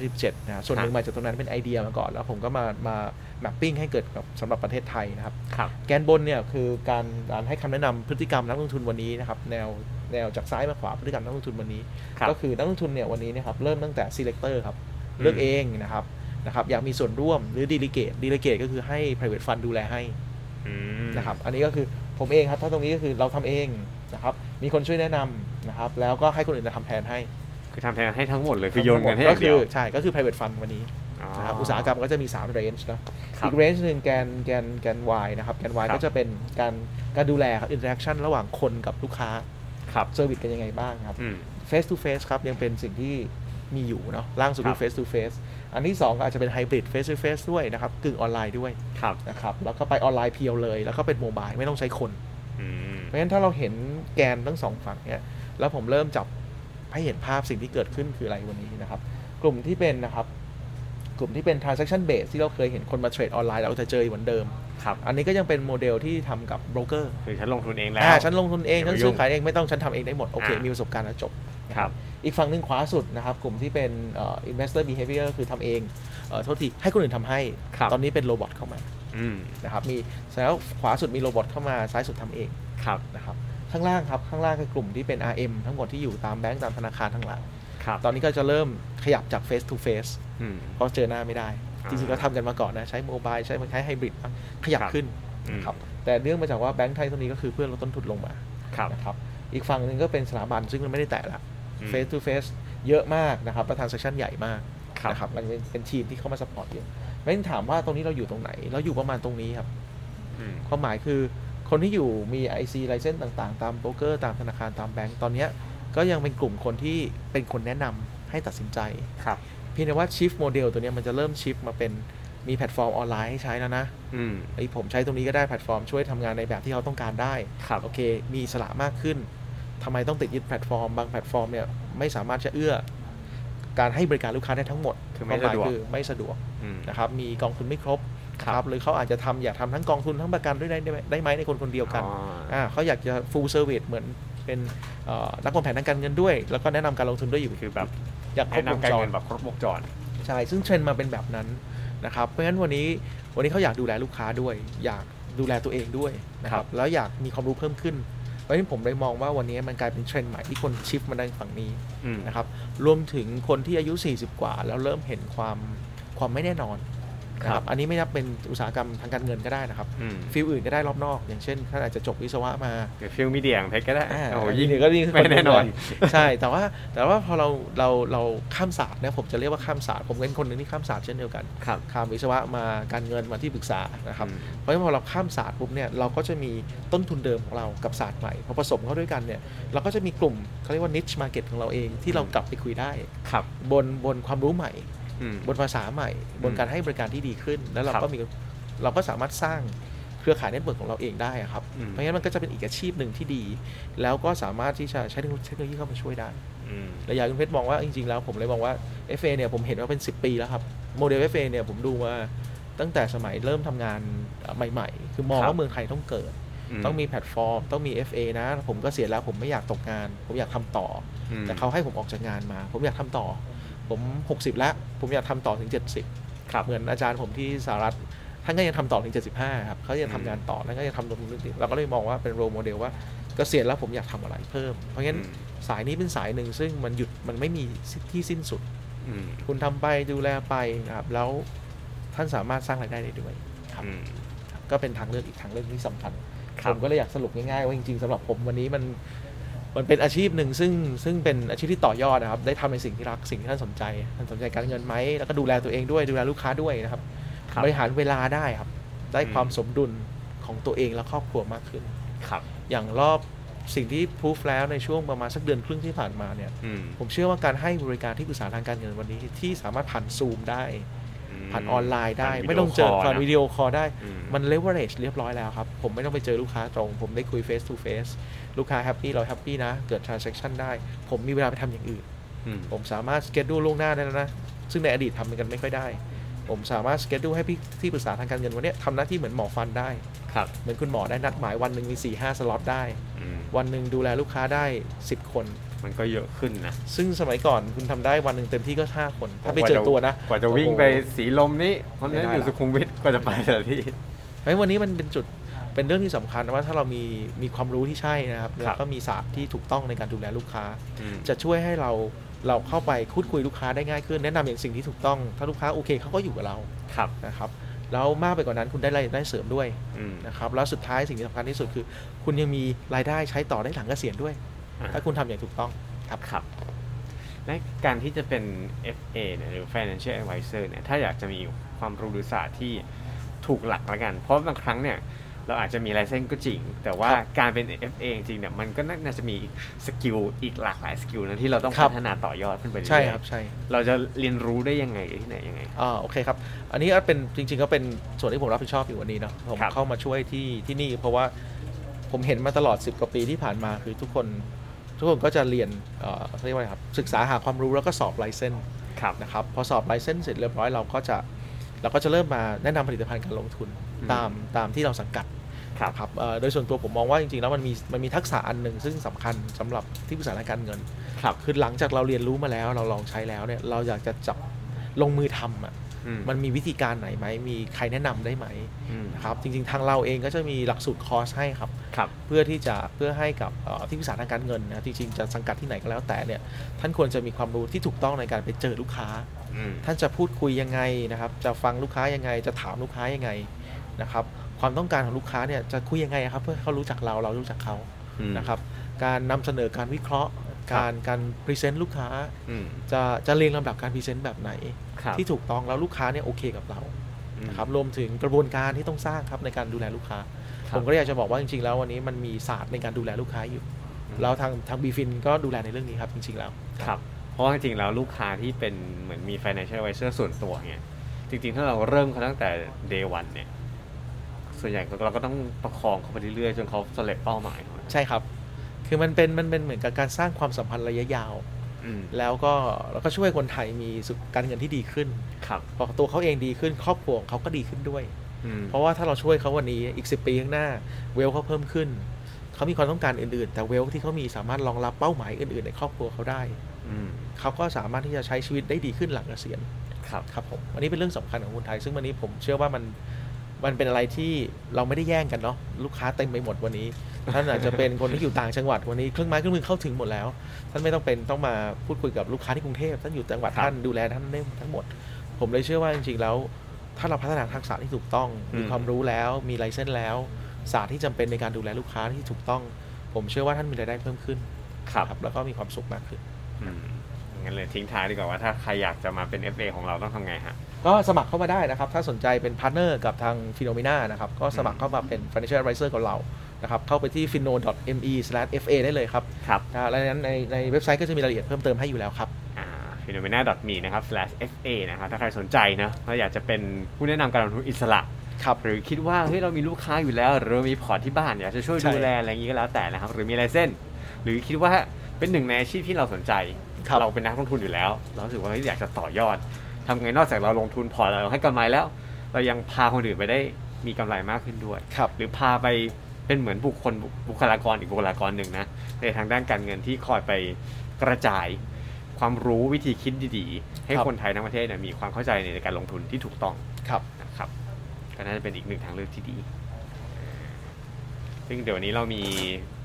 ะส่วนหนึ่คงรับ มาจากตรงนั้นเป็นไอเดียมาก่อน แล้วผมก็มามาแมปปิ้งให้เกิดกับสำหรับประเทศไทยนะครับ ครับ แกนบนเนี่ยคือการการให้คำแนะนำพฤติกรรมนักลงทุนวันนี้นะครับแนวแนวจากซ้ายมาขวาพฤติกรรมนักลงทุนวันนี้ ครับ ก็คือนักลงทุนเนี่ยวันนี้นะครับเริ่มตั้งแต่ selector ครับเลือก อืม เองนะครับนะครับอยากมีส่วนร่วมหรือ delegate delegate ก็คือให้ private fund ดูแลให้ อืม นะครับ อันนี้ก็คือผมเองครับ ถ้าตรงนี้ก็คือเราทำเองนะครับ มีคนช่วยแนะนำนะครับ แล้วก็ให้คนอื่นมาทำแทนให้ คือทำแทนให้ทั้งหมดเลย คือโยนเงินให้อ ก็ ย่าง คื เดียว ใช่ ก็คือ private fund วันนี้นะครับ อุตสาหกรรมก็จะมี 3 range นะ ครับ อีก range หนึ่งแกนแกนแกน Y นะครับ แกน Y ครับ ก็จะเป็นการการดูแลครับ interaction ระหว่างคนกับลูกค้า ครับ service กันยังไงบ้างครับ อืม face to face ครับ ยังเป็นสิ่งที่มีอยู่เนาะ ล่างสุด ครั คือ บ face to face อันที่สองก็อาจจะเป็น hybrid face to face ด้วยนะครับ กึ่งออนไลน์ด้วย ครับ นะครับ แล้วก็ไปออนไลน์เพียวเลย แล้วก็เป็นโมบายไม่ต้องใช้คน อืม เพราะฉะนั้นถ้าเราเห็นแกนทั้งสองฝั่งเนี่ยแล้วผมเริ่มจับให้เห็นภาพสิ่งที่เกิดขึ้นคืออะไรวันนี้นะครับ กลุ่มที่เป็นนะครับ กลุ่มที่เป็น transaction base ที่เราเคยเห็นคนมาเทรดออนไลน์เราจะเจออยู่เหมือนเดิม ครับ อันนี้ก็ยังเป็นโมเดลที่ทำกับโบรกเกอร์ คือฉันลงทุนเองแล้ว อ่าฉันลงทุนเอง อย่า ฉั มาน ยุ่ ซื้อง ขายเองไม่ต้องฉันทำเองได้หมด โอเค อ่ามี มีประสบการณ์แล้วจบ ครับ อีกฝั่งหนึ่งขวาสุดนะครับ กลุ่มที่เป็นเอ่อ investor behavior คือทำเองเอ่อโทษทีให้คนอื่นทำให้ ครับ ตอนนี้เป็นโรบอทเข้ามา อืม นะครับมีแล้วขวาสุดมีโรบอทเข้ามาซ้ายสุดทำเอง ครับ นะครับข้างล่างครับข้างล่างคือกลุ่มที่เป็น RM ทั้งหมดที่อยู่ตามแบงก์ตามธนาคารทั้งหลาย ครับ ตอนนี้ก็จะเริ่มขยับจาก face to face อืม เพราะเจอหน้าไม่ได้ อ่า จริงๆเราทำกันมาก่อนนะ ใช้โมบายใช้มาใช้ไฮบริดขยับ ครับ ขึ้น อืม ครับแต่เนื่องมาจากว่าแบงก์ไทยตรงนี้ก็คือเพื่อลดต้นทุนลงมา ครับ นะครับอีกฝั่งหนึ่งก็เป็นสถาบันซึ่งมันไม่ได้แตะละ อืม face to face เยอะมากนะครับประธานเซสชันใหญ่มาก ครับ นะครับมันเป็นเป็นทีมที่เข้ามาสปอร์ตเยอะไม่ต้องถามว่าตรงนี้เราอยู่ตรงไหน เราอยู่ประมาณตรงนี้ครับ อืม ความหมายคือค คนที่อยู่มี IC ไลเซนส์ต่างๆ ตามโบรกเกอร์ตามธนาคารตามแบงก์ตอนเนี้ยก็ยังเป็นกลุ่มคนที่เป็นคนแนะนำให้ตัดสินใจ ครับ เพียงแต่ว่าชิฟโมเดลตัวเนี้ยมันจะเริ่มชิฟมาเป็นมีแพลตฟอร์มออนไลน์ให้ใช้แล้วนะ อืม ไอยผมใช้ตรงนี้ก็ได้แพลตฟอร์มช่วยทำงานในแบบที่เขาต้องการได้ ครับ โอเค มีอิสละมากขึ้น ทำไมต้องติดยึดแพลตฟอร์ม บางแพลตฟอร์มเนี่ยไม่สามารถจะเอื้อ การให้บริการลูกค้าได้ทั้งหมด คือไม่สะดวก ความหมายคือไม่สะดวก อืม นะครับ มีกองทุนไม่ครบ ครับ นะหรือเขาอาจจะทำอยากทำทั้งกองทุนทั้งประกันด้วยได้ไหมได้ไหมในคนคนเดียวกัน อ๋อ อ่าเขาอยากจะ full service เหมือนเป็นเอ่อนักวางแผนทางการเงินด้วย แล้วก็แนะนำการลงทุนด้วยอยู่ คือแบบ อยากคร แนะ บวง นำการ จร เงินแบบครบวงจร ใช่ ซึ่งเทรนด์มาเป็นแบบนั้นนะครับ เพราะฉะนั้นวันนี้วันนี้เขาอยากดูแลลูกค้าด้วย อยากดูแลตัวเองด้วยนะค ครั รับ บ แล้วอยากมีความรู้เพิ่มขึ้น เพราะฉะนั้นผมเลยมองว่าวันนี้มันกลายเป็นเทรนด์ใหม่ที่คนชิฟมาในฝั่งนี้ อืม นะครับ รวมถึงคนที่อายุ 40 กว่า แล้วเริ่มเห็นความความไม่แน่นอนนะครับ อันนี้ไม่นับเป็นอุตสาหกรรมทางการเงินก็ได้นะครับ อืม ฟิลอื่นก็ได้รอบนอก อย่างเช่นท่านอาจจะจบวิศวะมา เดี๋ยวฟิลมีเดียของเพชรก็ได้ า โอ้โหยิ่ง เดี๋วก็ยิ่ง ไม่แน่นอน ใช่ แต่ว่าแต่ว่าพอเราเราเราข้ามศาสตร์นะผมจะเรียกว่าข้ามศาสตร์ผมเป็นคนหนึ่งที่ข้ามศาสตร์เช่นเดียวกัน ครับ ข้ามวิศวะมาการเงินมาที่ปรึกษานะครับ เพราะฉะนั้นพอเราข้ามศาสตร์ปุ๊บเนี่ยเราก็จะมีต้นทุนเดิมของเรากับศาสตร์ใหม่พอผสมเข้าด้วยกันเนี่ยเราก็จะมีกลุ่มเขาเรียกว่า niche market ของเราเองที่เรากลับไปคุยได้ ครับ บนบนความรู้ใหม่ อืม บนภาษาใหม่ บนการให้บริการที่ดีขึ้น แล้วเรา ครับ ก็มีเราก็สามารถสร้างเครือข่ายเน็ตเวิร์กของเราเองได้อะครับ อืม เพราะงั้นมันก็จะเป็นอีกอาชีพหนึ่งที่ดี แล้วก็สามารถที่จะใช้เทคโนเทคโนโลยีเข้ามาช่วยได้ อืม ระยะคุณเพชรมองว่าจริงๆแล้วผมเลยมองว่า FA เนี่ยผมเห็นว่าเป็น 10 ปีแล้วครับ โมเดล FA เนี่ยผมดูมาตั้งแต่สมัยเริ่มทำงานใหม่ๆ คือมอคงรับ ว่าเมืองไทยต้องเกิด ต้องมีแพลตฟอร์ม ต้องมี FA นะ ผมก็เสียแล้วผมไม่อยากตกงาน ผมอยากทำต่อ อืม แต่เขาให้ผมออกจากงานมา ผมอยากทำต่อ ผม 60 แล้ว ผมอยากทำต่อถึง 70 ครับ เหมือนอาจารย์ผมที่สหรัฐท่านก็ยังทำต่อถึง 75 ครับเขายังทำงานต่อแล้วก็ยังทำลงทุนนิดๆเราก็เลยมองว่าเป็นโรโมเดลว่าเกษียณแล้วผมอยากทำอะไรเพิ่ม เพราะงั้น สายนี้เป็นสายหนึ่งซึ่งมันหยุดมันไม่มีที่สิ้นสุด อืม คุณทำไปดูแลไปนะครับแล้วท่านสามารถสร้างรายได้ได้ด้วย ครับ อืม ก็เป็นทางเลือกอีกทางเลือกที่สำคัญ ครับ ผมก็เลยอยากสรุปง่ายๆว่าจริงๆสำหรับผมวันนี้มันมันเป็นอาชีพหนึ่งซึ่งซึ่งเป็นอาชีพที่ต่อยอดนะครับ ได้ทำในสิ่งที่รักสิ่งที่ท่านสนใจท่านสนใจการเงินไหมแล้วก็ดูแลตัวเองด้วยดูแลลูกค้าด้วยนะครับ ครับ บริหารเวลาได้ครับ ได้ อืม ความสมดุลของตัวเองและครอบครัวมากขึ้น ครับ อย่างรอบสิ่งที่พูฟแล้วในช่วงประมาณสักเดือนครึ่งที่ผ่านมาเนี่ย อืม ผมเชื่อว่าการให้บริการที่ปรึกษาทางการเงินวันนี้ที่สามารถผ่านซูมได้ ผ่านออนไลน์ได้ ผ่าน ไม่ต้องเจอผ่านวิ โอค ดีโอคอลได้ ะอื มันเลเวอเรจเรียบร้อยแล้วครับ ผมไม่ต้องไปเจอลูกค้าตรง ผมได้คุย Face to Face ลูกค้าแฮปปี้เราแฮปปี้นะ เกิด transaction ได้ ผมมีเวลาไปทำอย่างอื่น อืม ผมสามารถ schedule ล่วงหน้าได้แล้วนะ ซึ่งในอดีตทำกันไม่ค่อยได้ ผมสามารถ schedule ให้พี่ที่ปรึกษาทางการเงินวันเนี้ยทำหน้าที่เหมือนหมอฟันได้ ครับ เหมือนคุณหมอได้นัดหมายวันหนึ่งมี4-5สล็อตได้ อืม วันหนึ่งดูแลลูกค้าได้ 10 คน มันก็เยอะขึ้นนะ ซึ่งสมัยก่อนคุณทำได้วันหนึ่งเต็มที่ก็ 5 คน ถ้าไป กว่า เจอ จะ ตัวนะ กว่าจะวิ่ง โอ้โห ไปสีลมนี่คนนั้น ไม่ได้ อยู่ ละ สุขุมวิทกว่าจะไปแต่ละที่ เพราะฉะนั้นวันนี้มันเป็นจุดเป็นเรื่องที่สำคัญว่าถ้าเรามีมีความรู้ที่ใช่นะครับ ครับ แล้วก็มีศาสตร์ที่ถูกต้องในการดูแลลูกค้า อืม จะช่วยให้เราเราเข้าไปคุยคุยลูกค้าได้ง่ายขึ้น แนะนำอย่างสิ่งที่ถูกต้อง ถ้าลูกค้าโอเคเขาก็อยู่กับเรา ครับ นะครับแล้วมากไปกว่านั้นคุณได้รายได้เสริมด้วย อืม นะครับแล้วสุดท้ายสิ่งที่สำคัญที่สุดคือ คุณยังมีรายได้ใช้ต่อได้หลังเกษียณด้วย อ่า ถ้าคุณทำอย่างถูกต้อง ครับครับ และการที่จะเป็น FA เนี่ยหรือ Financial Advisor เนี่ยถ้าอยากจะมีความรู้หรือศาสตร์ที่ถูกหลักละกัน เพราะบางครั้งเนี่ยเราอาจจะมีลายเส้นก็จริง แต่ว่า ครับ การเป็น FA จริงๆเนี่ยมันก็น่าจะมีสกิลอีกหลากหลายสกิลนะที่เราต้อง ครั พั บ ฒนาต่อยอดขึ้นไปเรื่อยๆ ใช่ครับใช่ เราจะเรียนรู้ได้ยังไงที่ไหนยังไง อ่าโอเคครับ อันนี้ก็เป็นจริง ๆ ก็เป็นส่วนที่ผมรับผิดชอบอยู่วันนี้เนาะผม ครับ เข้ามาช่วยที่ที่นี่ เพราะว่าผมเห็นมาตลอด 10 กว่าปีที่ผ่านมาคือทุกคน ทุกคนก็จะเรียนเอ่อเขาเรียกว่าไงครับศึกษาหาความรู้แล้วก็สอบไลเซนส์ ครับ นะครับพอสอบไลเซนส์เสร็จเรียบร้อยเราก็จะเราก็จะเริ่มมาแนะนำผลิตภัณฑ์การลงทุน อืม ตามตามที่เราสังกัด ครับ นะครับเอ่อโดยส่วนตัวผมมองว่าจริงๆแล้วมันมีมันมีทักษะอันหนึ่งซึ่งสำคัญสำหรับที่ปรึกษาทางการเงิน ครับ คือหลังจากเราเรียนรู้มาแล้วเราลองใช้แล้วเนี่ยเราอยากจะจับลงมือทำอ่ะ อืม มันมีวิธีการไหนไหม มีใครแนะนำได้ไหม อืม นะครับ จริงๆ ทางเราเองก็จะมีหลักสูตรคอร์สให้ครับ ครับ เพื่อที่จะเพื่อให้กับเอ่อที่ปรึกษาทางการเงินนะ จริงๆ จะสังกัดที่ไหนก็แล้วแต่เนี่ย ท่านควรจะมีความรู้ที่ถูกต้องในการไปเจอลูกค้า อืม ท่านจะพูดคุยยังไงนะครับ จะฟังลูกค้ายังไง จะถามลูกค้ายังไงนะครับ ความต้องการของลูกค้าเนี่ยจะคุยยังไงครับ เพื่อให้เขารู้จักเรา เรารู้จักเขา อืม นะครับ การนำเสนอการวิเคราะห์ การการพรีเซนต์ลูกค้า อืม จะจะเรียงลำดับการพรีเซนต์แบบไหน ครับ ที่ถูกต้องแล้วลูกค้าเนี่ยโอเคกับเรา อื นะครับรวมถึงกระบวนการที่ต้องสร้างครับในการดูแลลูกค้า ค ผ รับ มก็อยากจะบอกว่าจริงๆ แล้ววันนี้มันมีศาสตร์ในการดูแลลูกค้าอยู่ แล้วทางทางบีฟินก็ดูแลในเรื่องนี้ครับจริงๆแล้ว ครับ เพราะว่าจริงๆแล้วลูกค้าที่เป็นเหมือนมี financial advisor ส่วนตัวเนี่ยจริงๆ ถ้าเราเริ่มเขาตั้งแต่ day one เนี่ย ส่วนใหญ่เราก็ต้องประคองเขาไปเรื่อยๆ จนเขาสำเร็จเป้าหมายของเรา ใช่ครับ คือมันเป็นมันเป็นเหมือนกับการสร้างความสัมพันธ์ระยะยาว อืม แล้วก็แล้วก็ช่วยคนไทยมีสุขการเงินที่ดีขึ้น ครับ พอตัวเขาเองดีขึ้นครอบครัวของเขาก็ดีขึ้นด้วย อืม เพราะว่าถ้าเราช่วยเขาวันนี้อีก 10 ปีข้างหน้าเวลเขาเพิ่มขึ้น เขามีความต้องการอื่นๆ แต่เวลที่เขามีสามารถรองรับเป้าหมายอื่นๆ ในครอบครัวเขาได้ อืม เขาก็สามารถที่จะใช้ชีวิตได้ดีขึ้นหลังเกษียณ ครับ ครับผมอันนี้เป็นเรื่องสำคัญของคนไทย ซึ่งวันนี้ผมเชื่อว่ามันมันเป็นอะไรที่เราไม่ได้แย่งกันเนาะลูกค้าเต็มไปหมดวันนี้ ท่านอาจจะเป็นคนที่อยู่ต่างจังหวัดวันนี้เครื่องไม้เครื่องมือเข้าถึงหมดแล้ว ท่านไม่ต้องเป็นต้องมาพูดคุยกับลูกค้าที่กรุงเทพท่านอยู่จังหวัด ครับ ท่านดูแลท่านได้ทั้งหมด ผมเลยเชื่อว่าจริงๆแล้ว ถ้าเราพัฒนาทักษะที่ถูกต้อง อืม มีความรู้แล้วมีไลเซนส์แล้วศาสตร์ที่จำเป็นในการดูแลลูกค้าที่ถูกต้อง ผมเชื่อว่าท่านมีรายได้เพิ่มขึ้น ครับ ครับแล้วก็มีความสุขมากขึ้น อืมงั้นเลยทิ้งท้ายดีกว่าว่าถ้าใครอยากจะมาเป็น FA ของเราต้องทำไงฮะ ก็สมัครเข้ามาได้นะครับ ถ้าสนใจเป็นพาร์ทเนอร์กับทางฟิโนเมนานะครับ ก็สมัครเข้ามาเป็น financial advisor กับเรานะครับ เข้าไปที่ fino.me/fa ได้เลยครับ ครับ อ่าและนั้นในในเว็บไซต์ก็จะมีรายละเอียดเพิ่มเติมให้อยู่แล้วครับ อ่า phenomena.me นะครับ slash fa นะครับ ถ้าใครสนใจนะเราอยากจะเป็นผู้แนะนำการลงทุนอิสระ ครับ หรือคิดว่าเฮ้ยเรามีลูกค้าอยู่แล้ว หรือเรามีพอร์ตที่บ้านอยากจะช่วย ใช่ ดูแลอะไรอย่างนี้ก็แล้วแต่นะครับ หรือมีลายเส้น หรือคิดว่าเป็นหนึ่งในอาชีพที่เราสนใจ เราเป็นนักลงทุนอยู่แล้ว เรารู้สึกว่าเฮ้ยอยากจะต่อยอดทำไงนอกจากเราลงทุนพอร์ตเราให้กำไรแล้ว เรายังพาคนอื่นไปได้มีกำไรมากขึ้นด้วย ครับ หรือพาไปเป็นเหมือนบุคคลบุบุคลากรอีกบุคลากรหนึ่งนะในทางด้านการเงินที่คอยไปกระจาย ความรู้วิธีคิดดีๆ ให้ ครับ คนไทยทั้งประเทศเนี่ยมีความเข้าใจในการลงทุนที่ถูกต้อง ครับ นะครับก็น่าจะเป็นอีกหนึ่งทางเลือกที่ดี ซึ่งเดี๋ยวนี้เรามี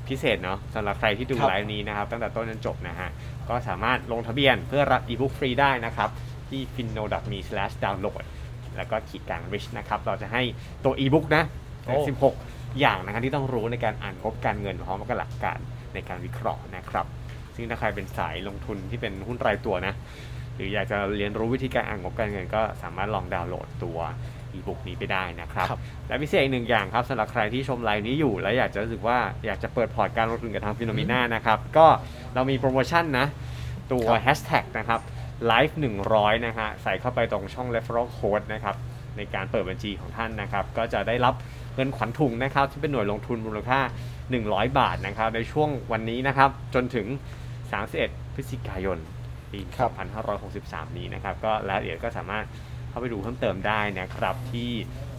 พิเศษเนาะสำหรับใครที่ดู ครับ ไลฟ์นี้นะครับ ตั้งแต่ต้นจนจบนะฮะ ก็สามารถลงทะเบียนเพื่อรับอีบุ๊กฟรีได้นะครับ ที่ f i n o m e d o w n l o a d แล้วก็ขีดกลาง rich นะครับ เราจะให้ตัวอีบุ๊กนะ โอ้ 16 อย่างนะครับที่ต้องรู้ในการอ่านงบการเงินพร้อมกับหลักการในการวิเคราะห์นะครับ ซึ่งถ้าใครเป็นสายลงทุนที่เป็นหุ้นรายตัวนะ หรืออยากจะเรียนรู้วิธีการอ่านงบการเงิน ก็สามารถลองดาวน์โหลดตัวอีบุ๊กนี้ไปได้นะครับ ครับ และพิเศษอีกหนึ่งอย่างครับสำหรับใครที่ชมไลน์นี้อยู่ และอยากจะรู้สึกว่าอยากจะเปิดพอร์ตการลงทุนกับทางฟิโนเมนานะครับ ก็เรามีโปรโมชั่นนะ ตัว ครับ แฮชแท็กนะครับไลฟ์100 นะฮะ ใส่เข้าไปตรงช่อง referral code นะครับ ในการเปิดบัญชีของท่านนะครับ ก็จะได้รับเงินขวัญถุงนะครับ ที่เป็นหน่วยลงทุนมูลค่า 100 บาทนะครับ ในช่วงวันนี้นะครับ จนถึง 31 พฤศจิกายน ปี ครับ 2563 นี้นะครับ ก็รายละเอียดก็สามารถเข้าไปดูเพิ่มเติมได้นะครับ ที่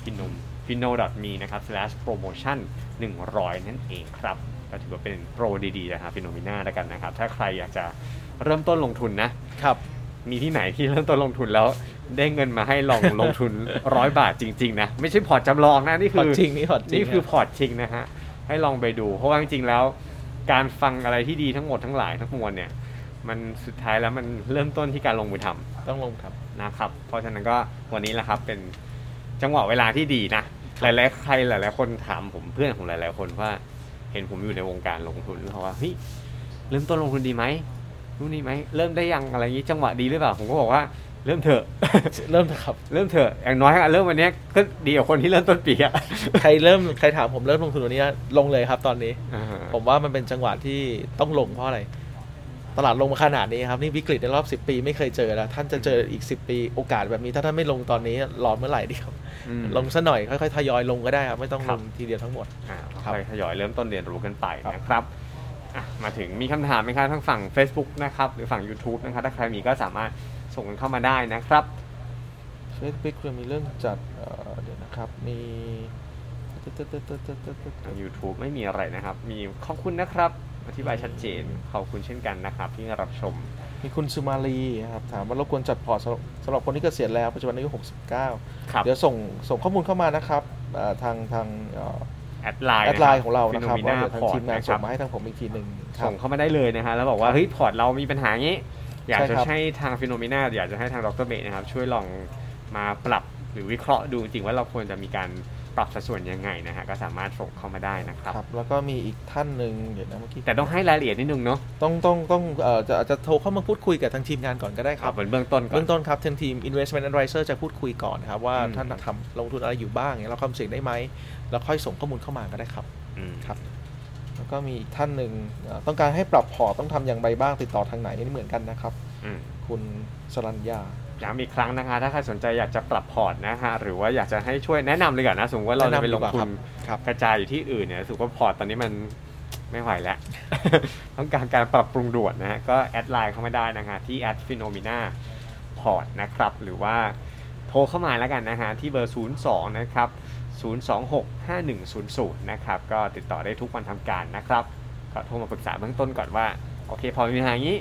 ฟินนม f i n o m e นะครับ slash promotion 100 นั่นเองครับ ก็ถือว่าเป็นโปรดีๆนะครับฟิโนมิน่าแล้วกันนะครับ ถ้าใครอยากจะเริ่มต้นลงทุนนะ ครับ มีที่ไหนที่เริ่มต้นลงทุนแล้ว ได้เงินมาให้ลอง ลงทุนร้อยบาทจริง ๆ นะ ไม่ใช่พอร์ตจำลองนะ นี่ พอ คือ จริงนี่พอจริง นี่คือพอร์ตจริงนะฮะ ให้ลองไปดู เพราะว่าจริงๆแล้ว การฟังอะไรที่ดีทั้งหมดทั้งหลายทั้งมวลเนี่ย มันสุดท้ายแล้วมันเริ่มต้นที่การลงมือทำ ต้องลงครับ นะครับ เพราะฉะนั้นก็วันนี้แหละครับเป็นจังหวะเวลาที่ดีนะ หลายๆใครหลายๆคนถามผมเพื่อนผมหลายๆคนว่าเห็นผมอยู่ในวงการลงทุนแล้วเขาว่าเฮ้ยเริ่มต้นลงทุนดีไหมรู้นี่ไหมเริ่มได้ยังอะไรอย่างนี้จังหวะดีหรือเปล่าผมก็บอกว่าเริ่มเถอะ เริ่มนะครับ เริ่มเถอะอย่างน้อยอะเริ่มวันเนี้ยก็ดีกว่าคนที่เริ่มต้นปีอะ ใครเริ่มใครถามผมเริ่มลงทุนวันนี้ลงเลยครับตอนนี้ อ่า ผมว่ามันเป็นจังหวะที่ต้องลงเพราะอะไร ตลาดลงมาขนาดนี้ครับ นี่วิกฤตในรอบ 10 ปีไม่เคยเจอแล้ว ท่านจะเจออีก 10 ปีโอกาสแบบนี้ถ้าท่านไม่ลงตอนนี้รอเมื่อไหร่ดีครับ อืม ลงซะหน่อยค่อยๆทยอยลงก็ได้ครับ ไม่ต้อง ครั ล บ งทีเดียวทั้งหมด อ่า ครับ ค่อยๆทยอยเริ่มต้นเรียนรู้กันไปนะครับอ่ะมาถึงมีคำถามไหมครับทั้งฝั่ง Facebook นะครับ หรือฝั่ง YouTube นะครับ ถ้าใครมีก็สามารถส่งกันเข้ามาได้นะครับ เฟซบุ๊กเรามีเรื่องจัดเอ่อเดี๋ยวนะครับ มีตึ๊ดตึ๊ดตึ๊ดตึ๊ดตึ๊ดตึ๊ดตึ๊ด ทาง YouTube ไม่มีอะไรนะครับ มีขอบคุณนะครับ อธิบายชัดเจน ขอบคุณเช่นกันนะครับ ที่รับชม มีคุณสุมาลีนะครับ ถามว่ารบกวนจัดพอร์ตสำหรับสำหรับคนที่เกษียณแล้วปัจจุบันอายุ69 ครับ เดี๋ยวส่งส่งข้อมูลเข้ามานะครับเอ่อทางทางเอ่อ แอดไลน์ แอดไลน์ของเรานะครับว่า ว่า เดี๋ยวทาง พอร์ ที ต มงาน นะค ส่ รั ง บ มาให้ทางผมอีกทีหนึ่งครับ ส่งเข้ามาได้เลยนะฮะแล้วบอกว่าเฮ้ยพอร์ตเรามีปัญหางี้ อยาก ใช่ จะ ครับ ให้ทางฟิโนเมนาอยากจะให้ทางดรเบนะครับ ช่วยลองมาปรับหรือวิเคราะห์ดูจริงๆว่าเราควรจะมีการ ปรับสัดส่วนยังไงนะฮะก็สามารถส่งเข้ามาได้นะครับ ครับแล้วก็มีอีกท่านหนึ่งเดี๋ยวนะเมื่อกี้ แต่ต้องให้รายละเอียดนิดนึงเนาะ ต้องต้องต้องเอ่อจะอาจจะโทรเข้ามาพูดคุยกับทางทีมงานก่อนก็ได้ค ครั รั บบ เป็นเบื้องต้นก่อ เบื้ น องต้นครับทางทีม investment advisor จะพูดคุยก่อนนะครับ ว่า อืม ท่านทำลงทุนอะไรอยู่บ้างเนี่ยเราความเสี่ยงได้ไหม แล้วค่อยส่งข้อมูลเข้ามาก็ได้ครับ อืม ครับ แล้วก็มีอีกท่านหนึ่งเอ่อต้องการให้ปรับพอร์ตต้องทำอย่างไรบ้างติดต่อทางไหนนี่เหมือนกันนะครับ อืม คุณสรัญญา ย้ำอีกครั้งนะคะ ถ้าใครสนใจอยากจะปรับพอร์ตนะฮะ หรือว่าอยากจะให้ช่วยแนะนำเลยก่อนนะ สมมติว่าเราจะไปลงทุน แนะนำดีกว่าครับครับ กระจายอยู่ที่อื่นเนี่ยรู้สึกว่าพอร์ตตอนนี้มันไม่ไหว แล้ว ต้องการการปรับปรุงด่วนนะฮะ ก็แอดไลน์เข้ามาได้นะฮะ ที่ a d p h e n o m e n a p o r t นะครับ หรือว่าโทรเข้ามาแล้วกันนะฮะ ที่เบอร์ 02 นะครับ 0265100 นะครับ ก็ติดต่อได้ทุกวันทำการนะครับ ก็โทรมาปรึกษาเบื้องต้นก่อนว่า โอเค พอมีปัญหาอย่างนี้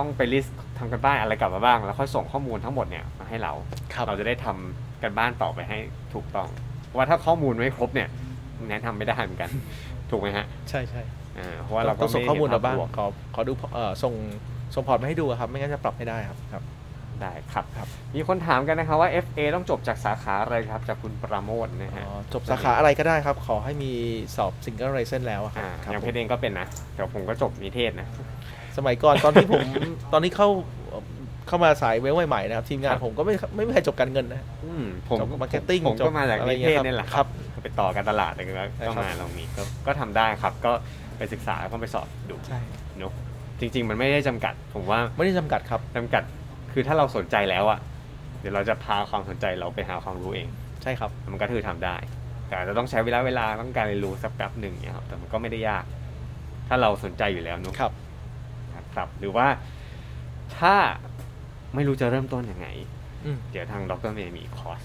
ต้องไปลิสต์ทำกันบ้านอะไรกลับมาบ้าง แล้วค่อยส่งข้อมูลทั้งหมดเนี่ยมาให้เรา เราจะได้ทำกันบ้านต่อไปให้ถูกต้องเพราะว่าถ้าข้อมูลไม่ครบเนี่ยแนะนำไม่ได้เหมือนกัน ถูกไหมฮะ ใช่ใช่ อ่าเพราะว่าเราก็ ต้องส่งข้อมูลมาบ้าง ไเห็นภพรว ขอขอดูเอ่อส่งส่งพอร์ตมาให้ดูครับ ไม่งั้นจะปรับไม่ได้ครับครับ มได้ครับ ครับ มีคนถามกันนะครับว่า FA ต้องจบจากสาขาอะไรครับ จากคุณประโมทนะฮะ อ๋อจบสาขาอะไรก็ได้ครับ ขอให้มีสอบ single license แล้วอะครั อ่า บครับ อย่างเพ ผม ชรเองก็เป็นนะแต่ผมก็จบนิเทศนะ สมัยก่อน ตอนที่ผม ตอนที่เข้าเข้ามาสายเวลใหม่ๆนะครับ ทีมงา ครั น บ ผมก็ไม่ไม่มีใครจบการเงินนะ อืมผม จบมาร์เก็ตติ้ง ผมก็มาจากนิเทศนี่แหละครับ ครับ ไปต่อการตลาดอะไรก็ว่า ใช่ ก็ ครับ มาเรามีก็ก็ทำได้ครับ ก็ไปศึกษาแล้วก็ไปสอบดู ใช่ เนอะจริง ๆ มันไม่ได้จำกัด ผมว่า ไม่ได้จำกัดครับ จำกัดคือถ้าเราสนใจแล้วอะเดี๋ยวเราจะพาความสนใจเราไปหาความรู้เอง ใช่ครับ มันก็คือทำได้ แต่อาจจะต้องใช้เวลาเวลาต้องการเรียนรู้สักแป๊บหนึ่งเนี่ยครับแต่มันก็ไม่ได้ยาก ถ้าเราสนใจอยู่แล้วเนอะ ครับ นะครับ หรือว่าถ้าไม่รู้จะเริ่มต้นยังไง อืม เดี๋ยวทางดรเมย์มีคอร์ส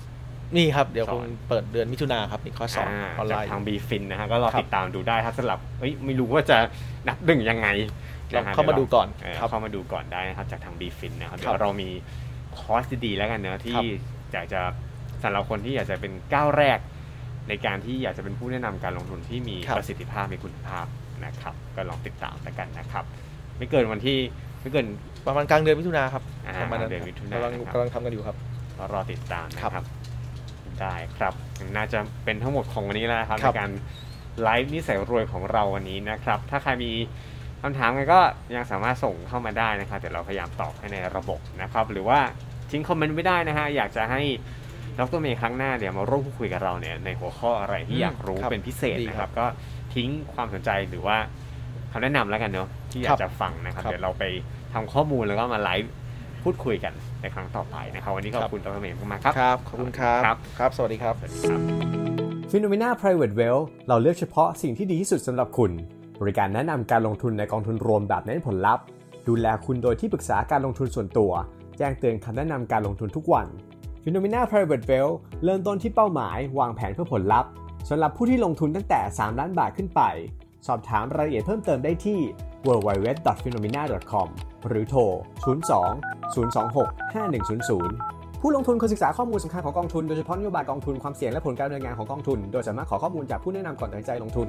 นี่ครับ เดี๋ยวคง สอน เปิดเดือนมิถุนาครับมีคอร์สสอนออนไลน์ จากทางบีฟินนะฮะก็รอ ครับ ติดตามดูได้ถ้าสลับเอ้ยไม่รู้ว่าจะนับหนึ่งยังไง ลอง นะฮะ เข้ามาดู ดี๋ยวลอง ก่อน เอ่อ ครับ เข้ามาดูก่อนได้นะครับจากทาง b f i n นะครับ ครับ เดี๋ยวเรามีคอร์สดีๆแล้วกันเนอะที่ ครับ อยากจะสำหรับคนที่อยากจะเป็นก้าวแรก ในการที่อยากจะเป็นผู้แนะนำการลงทุนที่มี ครับ ประสิทธิภาพมีคุณภาพนะครับ ก็ลองติดตามแล้วกันนะครับ ไม่เกินวันที่ไม่เกิน ประมาณกลางเดือนมิถุนาครับ อ่า ประมาณนั้น เดือนมิถุนา ครับกำลัง นะครับ กำลังทำกันอยู่ครับ ก็รอติดตามนะค ครั รับบ ได้ครับน่าจะเป็นทั้งหมดของวันนี้แล้วนะครับ ครับ ในการไลฟ์นิสัยรวยของเราวันนี้นะครับ ถ้าใครมีคำถามไงก็ยังสามารถส่งเข้ามาได้นะครับเดี๋ยวเราพยายามตอบให้ในระบบนะครับ หรือว่าทิ้งคอมเมนต์ไม่ได้นะฮะอยากจะให้ดรเมย์ครั้งหน้าเนี่ยมาร่วมพูดคุยกับเราเนี่ยในหัวข้ออะไรที่ อืม อยากรู้ ครับ เป็นพิเศษ ดี นะค ครั รับบ ก็ทิ้งความสนใจหรือว่าคำแนะนำแล้วกันเนาะที่อยา ครั ก บ จะฟังนะครับ ครับ เดี๋ยวเราไปทำข้อมูลแล้วก็มาไลฟ์ พูดคุยกันในครั้งต่อไปนะครับวันนี้ขอบคุณดรเมย์มากๆครับ ครับ ขอบคุณครับ ครับ ครับ สวัสดีครับ สวัสดีครับ f i n o m e n a Private Wealth เราเลือกเฉพาะสิ่งที่ดีที่สุดสำหรับคุณ บริการแนะนำการลงทุนในกองทุนรวมแบบเน้นผลลัพธ์ ดูแลคุณโดยที่ปรึกษาการลงทุนส่วนตัว แจ้งเตือนคำแนะนำการลงทุนทุกวัน f i n o m e n a Private Wealth เริ่มต้นที่เป้าหมาย วางแผนเพื่อผลลัพธ์สำหรับผู้ที่ลงทุนตั้งแต่ 3 ล้านบาทขึ้นไป สอบถามรายละเอียดเพิ่มเติมได้ที่ www.phenomena.com หรือโทร 02 026 5100 ผู้ลงทุนควรศึกษาข้อมูลสำคัญของกองทุน โดยเฉพาะนโยบายกองทุนความเสี่ยงและผลการดำเนินงานของกองทุน โดยสามารถขอข้อมูลจากผู้แนะนำก่อนตัดสินใจลงทุน